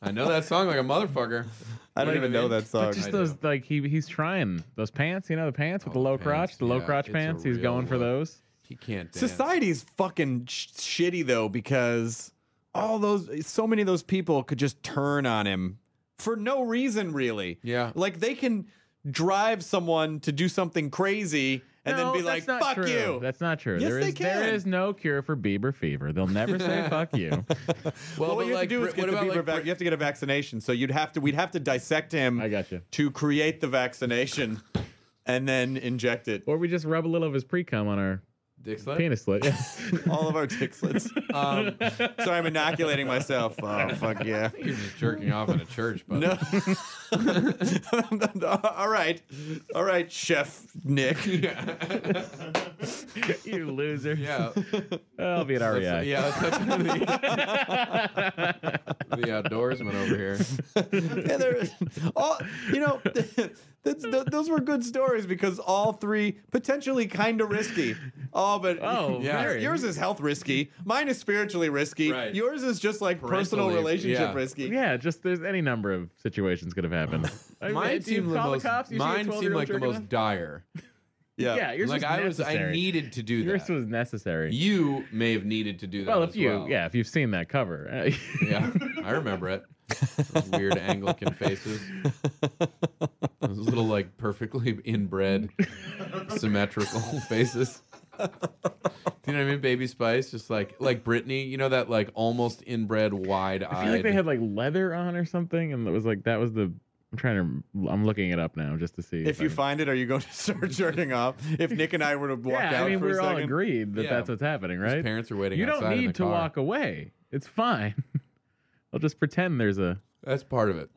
i know that song like a motherfucker
I don't
Like,
even know that song.
But just
I
those,
do.
like, he he's trying those pants, you know, the pants with the
Oh,
low
the pants,
crotch, the low
yeah,
crotch
it's a
pants. He's
real
going for
look.
those.
he can't dance.
Society's fucking sh- shitty though, because all those, so many of those people could just turn on him for no reason, really.
Yeah.
like they can drive someone to do something crazy and then
No,
be like,
that's
"Fuck
not true.
you."
That's not true.
Yes,
there is
they
there
can.
is no cure for Bieber fever. They'll never say fuck you.
Well,
well,
but
what you have
like,
to do is
Brit-
get
what
the
about,
Bieber
like,
vac-
Brit-
You have to get a vaccination, so you'd have to. We'd have to dissect him.
I gotcha.
To create the vaccination, and then inject it.
Or we just rub a little of his pre cum on our
Dick slap?
penis slit. Yeah.
all of our ticklets. Um, sorry, I'm inoculating myself. Oh, fuck yeah.
You're just jerking off in a church, but
No. all right. All right, Chef Nick.
you loser.
yeah,
I'll be at REI.
that's, yeah. That's, that's the, the outdoorsman over here.
Yeah, there- all, you know, That's, th- those were good stories because all three potentially kind of risky. Oh, but
Oh,
Yeah.
very.
yours is health risky. Mine is spiritually risky.
Right.
Yours is just like personal
Parentally,
relationship
yeah.
risky.
Yeah, just there's any number of situations could have happened. I mean,
Mine
if you
seemed the
call
most.
cops, you see a
mine seemed
12-year-old
like the
jerking
most
off.
dire.
Yeah.
Yeah, yours
like
was
I was, I
necessary.
needed to do
Yours
that.
was necessary.
you may have needed to do that.
well,
as
if you,
well.
yeah, if you've seen that cover, Uh,
Yeah, I remember it. Those weird Anglican faces. Those little, like, perfectly inbred, symmetrical faces. Do you know what I mean? Baby Spice, just like like Britney. You know that like almost inbred, wide eyed.
I feel like they had like leather on or something, and it was like that was the. I'm trying to. I'm looking it up now just to see.
If you
I'm-
find it, are you going to start jerking off? If Nick and I were to walk
yeah,
out
I mean
for
we're
a
all
second,
agreed that
Yeah.
that's what's happening,
His
right?
parents are waiting.
You don't
outside in the
need to
car.
walk away. It's fine. I'll just pretend there's a.
That's part of it.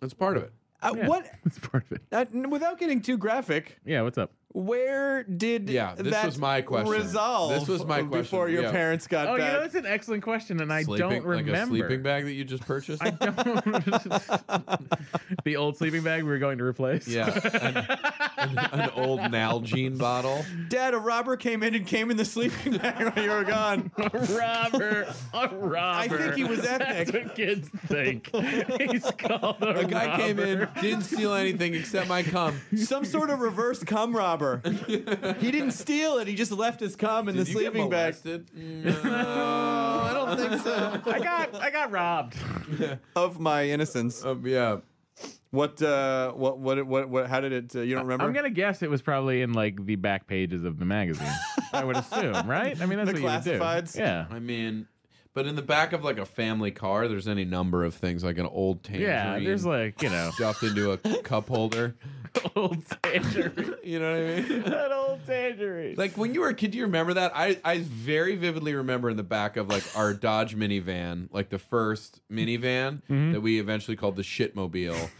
That's part of it.
Uh,
Yeah,
what?
It's part of it.
Uh, n- without getting too graphic,
Yeah. What's up?
where did
Yeah, this
that
was my question.
resolve?
This was my question,
before your
yeah.
parents got
Oh, you
back.
know, that's an excellent question, and I
Sleeping-
don't remember.
Like a sleeping bag that you just purchased.
I don't. the old sleeping bag we were going to replace.
yeah, an, an, an old Nalgene bottle.
Dad, a robber came in and came in the sleeping bag while you were gone.
A robber. A robber. I
think he was
That's
ethnic.
what kids think. He's called a,
A guy came in,
robber.
didn't steal anything except my cum.
Some sort of reverse cum robber. He didn't steal it. He just left his cum in the sleeping bag.
No, I don't think so.
I got. I got robbed.
Of my innocence.
Uh, Um, yeah.
What? Uh, what? What? What? What? How did it? Uh, you don't remember?
I'm gonna guess it was probably in like the back pages of the magazine. I would assume, right? I mean, that's
The
what you would
classifieds?
do. Yeah.
I mean, but in the back of like a family car, there's any number of things like an old tangerine.
Yeah, there's like, you know,
stuffed into a cup holder.
old tangerine.
You know what I mean?
that old tangerine.
Like when you were a kid, do you remember that? I, I very vividly remember in the back of like our Dodge minivan, like the first minivan that we eventually called the shitmobile.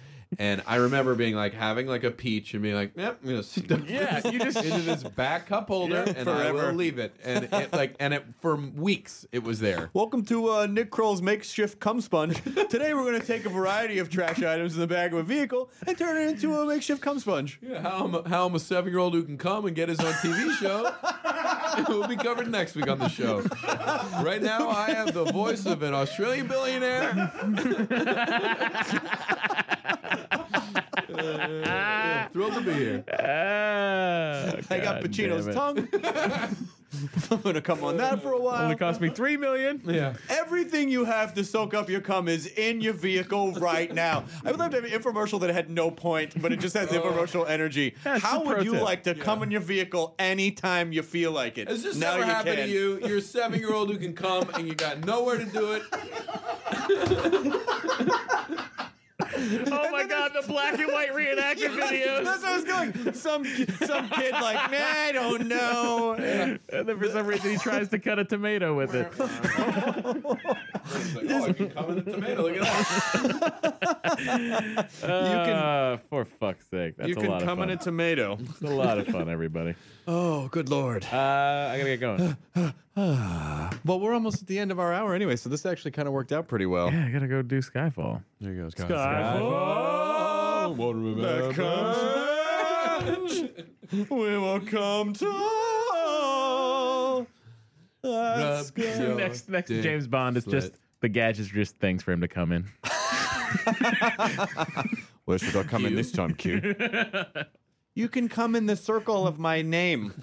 And I remember being like having like a peach and being like, "Yep, I'm gonna stuff
Yeah,
this
you just-
into this back cup holder and I
forever.
will leave it." And it like and it for weeks it was there.
Welcome to uh, Nick Kroll's makeshift cum sponge. Today we're going to take a variety of trash items in the back of a vehicle and turn it into a makeshift cum sponge.
Yeah, how I'm a, how I'm a seven year old who can come and get his own TV show. it will be covered next week on the show. Right now, I have the voice of an Australian billionaire. Uh, thrilled to be here.
Ah,
I got
God
Pacino's
damn
tongue.
it.
I'm going to come on that for a while.
Only cost me three million.
Yeah.
Everything you have to soak up your cum is in your vehicle right now. I would love to have an infomercial that had no point, but it just has infomercial energy.
That's
How
the
would
pro
you
tip.
like to cum in your vehicle anytime you feel like it?
Has this
Now
ever
you
happened
can.
to you? You're a seven year old who can come and you got nowhere to do it.
Oh my god, the black and white reenactment
That's
videos.
what I was going. Some some kid like, nah, I don't know.
And then for some reason he tries to cut a tomato with it.
It's like, oh, I can come in a tomato. Look at that.
Uh, for fuck's sake, that's
you
a
can
lot of
come
fun.
in a tomato.
it's a lot of fun, everybody.
Oh, good lord.
Uh, I gotta get going.
Well, we're almost at the end of our hour anyway, so this actually kind of worked out pretty well.
Yeah, I gotta go do Skyfall.
There you go.
we will come to all. Let's
Rub
go.
your
next next
dick
James Bond, it's
slit.
just the gadget's just things for him to come in.
Where should I come in this time, Q? you can come in the circle of my name.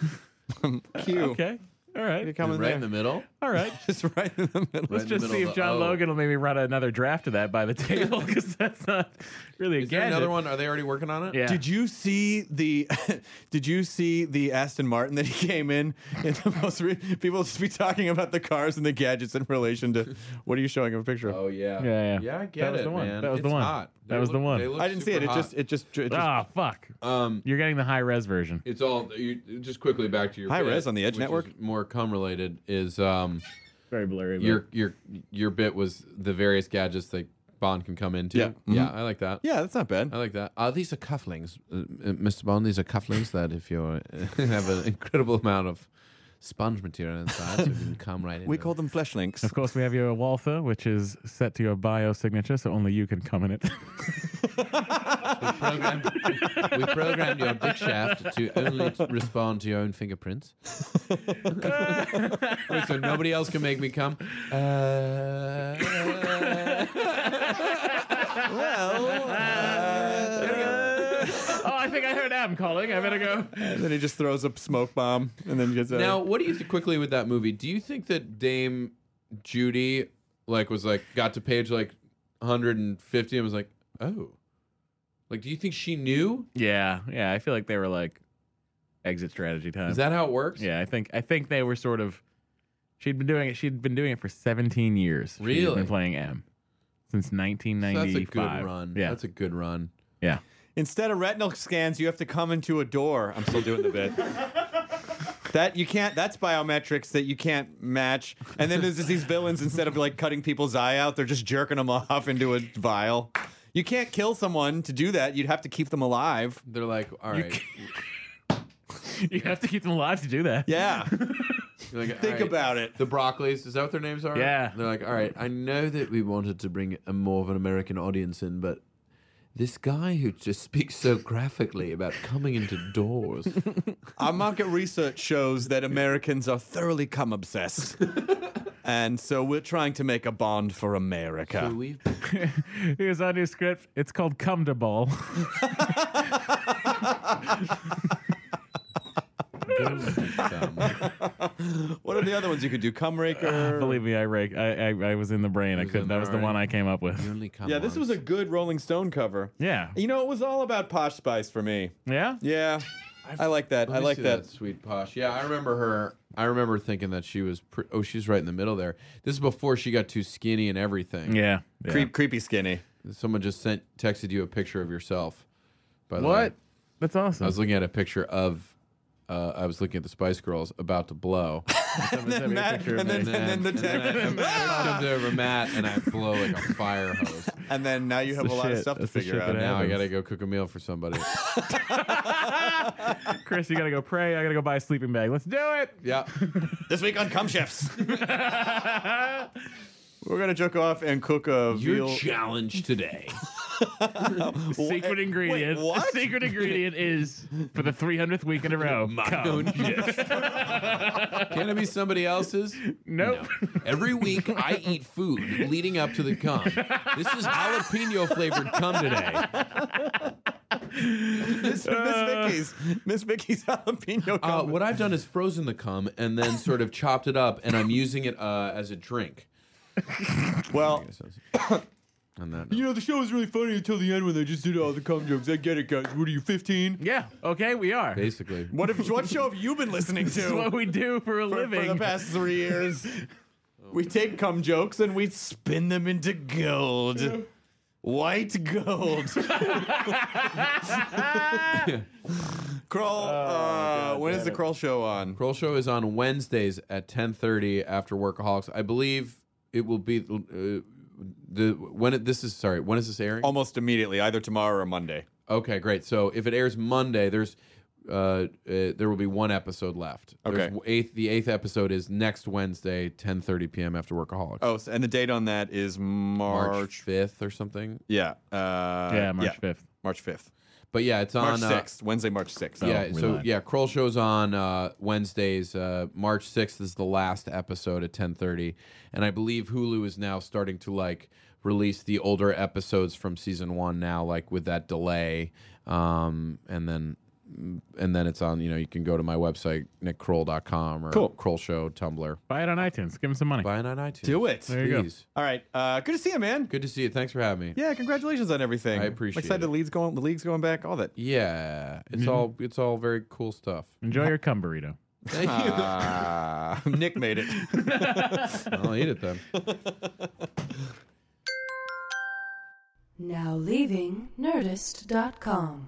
Q.
Okay. All right.
Come in
Right in the
there.
middle.
All right.
Just right in the middle.
Right in
Let's
the
just see
middle
if
of the
John
O.
Logan will maybe run another draft of that by the table because that's not really a
Is there
gadget.
another one? Are they already working on it?
Yeah.
Did you see the? did you see the Aston Martin that he came in? In the most re- people just be talking about the cars and the gadgets in relation to what are you showing a picture of?
Oh yeah.
Yeah, yeah.
Yeah, I
That
get
was
it,
the one.
man.
That was the
It's
one.
hot.
That
They
was the
look-
one.
they look
I didn't see it.
super
It just
hot.
it just it just.
Ah, fuck.
um
You're getting the high res version.
it's all you, just quickly back to your
High
bit,
res on the Edge
which
network?
is more cum related is um
Very blurry. but-
your your your bit was the various gadgets that Bond can come into.
Yeah. mm-hmm.
Yeah, I like that.
yeah, that's not bad.
I like that. Uh, these are cufflinks, uh, uh, Mr. Bond. These are cufflinks that if you uh, have an incredible amount of sponge material inside, so it can come right in.
We call them flesh links.
Of course, we have your Waltha, which is set to your biosignature, so only you can come in it.
We programmed, we programmed your dick shaft to only t- respond to your own fingerprints. Wait, so nobody else can make me come. Uh,
uh,
oh, I think I heard Adam calling. I better go.
And then he just throws a smoke bomb, and then gets out.
now, what do you think quickly with that movie? Do you think that Dame Judy like was like got to page like 150 and was like, oh, like do you think she knew?
Yeah, yeah. I feel like they were like exit strategy time.
Is that how it works?
Yeah, I think I think they were sort of. She'd been doing it. She'd been doing it for 17 years. She'd
Really?
been playing M since
So
1995.
that's a good run.
Yeah,
That's a good run.
yeah.
Instead of retinal scans, you have to come into a door. I'm still doing the bit. That you can't. That's biometrics that you can't match. And then there's just these villains. Instead of like cutting people's eye out, they're just jerking them off into a vial. You can't kill someone to do that. You'd have to keep them alive.
They're like, all right.
You have to keep them alive to do that.
Yeah.
You're like,
Think
"All right,
about it.
The Broccoli's, is that what their names are?
Yeah.
They're like, all right, I know that we wanted to bring a more of an American audience in, but this guy who just speaks so graphically about coming into doors.
Our market research shows that Americans are thoroughly cum obsessed. And so we're trying to make a bond for America.
So we've
Here's our new script. It's called Come to Ball.
What are the other ones you could do? Cum raker.
Believe me, I rake. I, I I was in the brain. I
was in
couldn't. That
there,
was the
right?
one I came up
you
with.
only come
yeah, this was a
once.
good Rolling Stone cover.
Yeah.
You know, it was all about Posh Spice for me.
Yeah.
Yeah, I like that.
Let
I
me
like
see
that.
Sweet posh. Yeah, I remember her. I remember thinking that she was. Pre- oh, she's right in the middle there. This is before she got too skinny and everything.
Yeah. yeah.
Creep, creepy skinny.
Someone just sent texted you a picture of yourself. By the way.
What? That's awesome.
I was looking at a picture of. Uh, I was looking at the Spice Girls about to blow.
Send me a picture of
and then,
me.
and then the
And
text.
I comes over Matt and I blow like a fire hose.
And then now you have a
the
lot of
shit.
stuff to
That's the
figure
shit
out.
that
Now I
Happens.
gotta go cook a meal for somebody.
Chris, you gotta go pray. I gotta go buy a sleeping bag. Let's do it.
yeah,
This week on Cum Chefs, we're gonna jerk off and cook a
your
veal.
challenge today.
Secret ingredient.
wait, what?
The secret ingredient is for the 300th week in a row. Come.
Can it be somebody else's?
Nope.
Every week I eat food leading up to the cum. This is jalapeno flavored cum today.
Miss, Miss Vicky's, Miss Vicky's jalapeno.
Uh,
cum.
what I've done is frozen the cum and then sort of chopped it up, and I'm using it uh, as a drink.
well,
On that
you know the show was really funny until the end when they just did all the cum jokes. I get it, guys. What are you, 15?
Yeah. Okay. We are. This
Basically,
What if what show have you been listening
is
to?
what we do for a
for, for
living.
the past three years. we take cum jokes and we spin them into gold. White gold. Kroll, uh, when is the Kroll show on?
Kroll Show is on Wednesdays at 10:30 after Workaholics. I believe it will be uh, the when it, this is sorry when is this airing?
Almost immediately, either tomorrow or Monday.
Okay, great. So if it airs Monday, there's uh, uh there will be one episode left. There's
Okay.
w- eighth the eighth episode is next Wednesday 10:30 p.m. after Workaholics.
Oh, so- and the date on that is March.
March fifth or something.
Yeah. Uh,
yeah, March 5th.
March 5th.
But yeah, it's
March
on uh,
6th. Wednesday, March 6th.
yeah,
we're
so
live.
yeah, Kroll shows on uh, Wednesdays. Uh, March sixth is the last episode at ten thirty, and I believe Hulu is now starting to like release the older episodes from season one now, like with that delay, um, and then mm, and then it's on. You know, you can go to my website nickkroll.com or
Cool.
Kroll Show Tumblr.
Buy it on iTunes. Give him some money.
Buy it on iTunes.
Do it.
There you go.
Please.
All right. Uh, good to see you, man.
Good to see you. Thanks for having me.
Yeah, congratulations on everything.
I appreciate
I'm excited
it.
the league's going the league's going back, all that.
Yeah, it's all it's all very cool stuff.
Enjoy your cum burrito.
Thank you.
Ah, Nick made it.
I'll eat it then.
Now leaving Nerdist.com.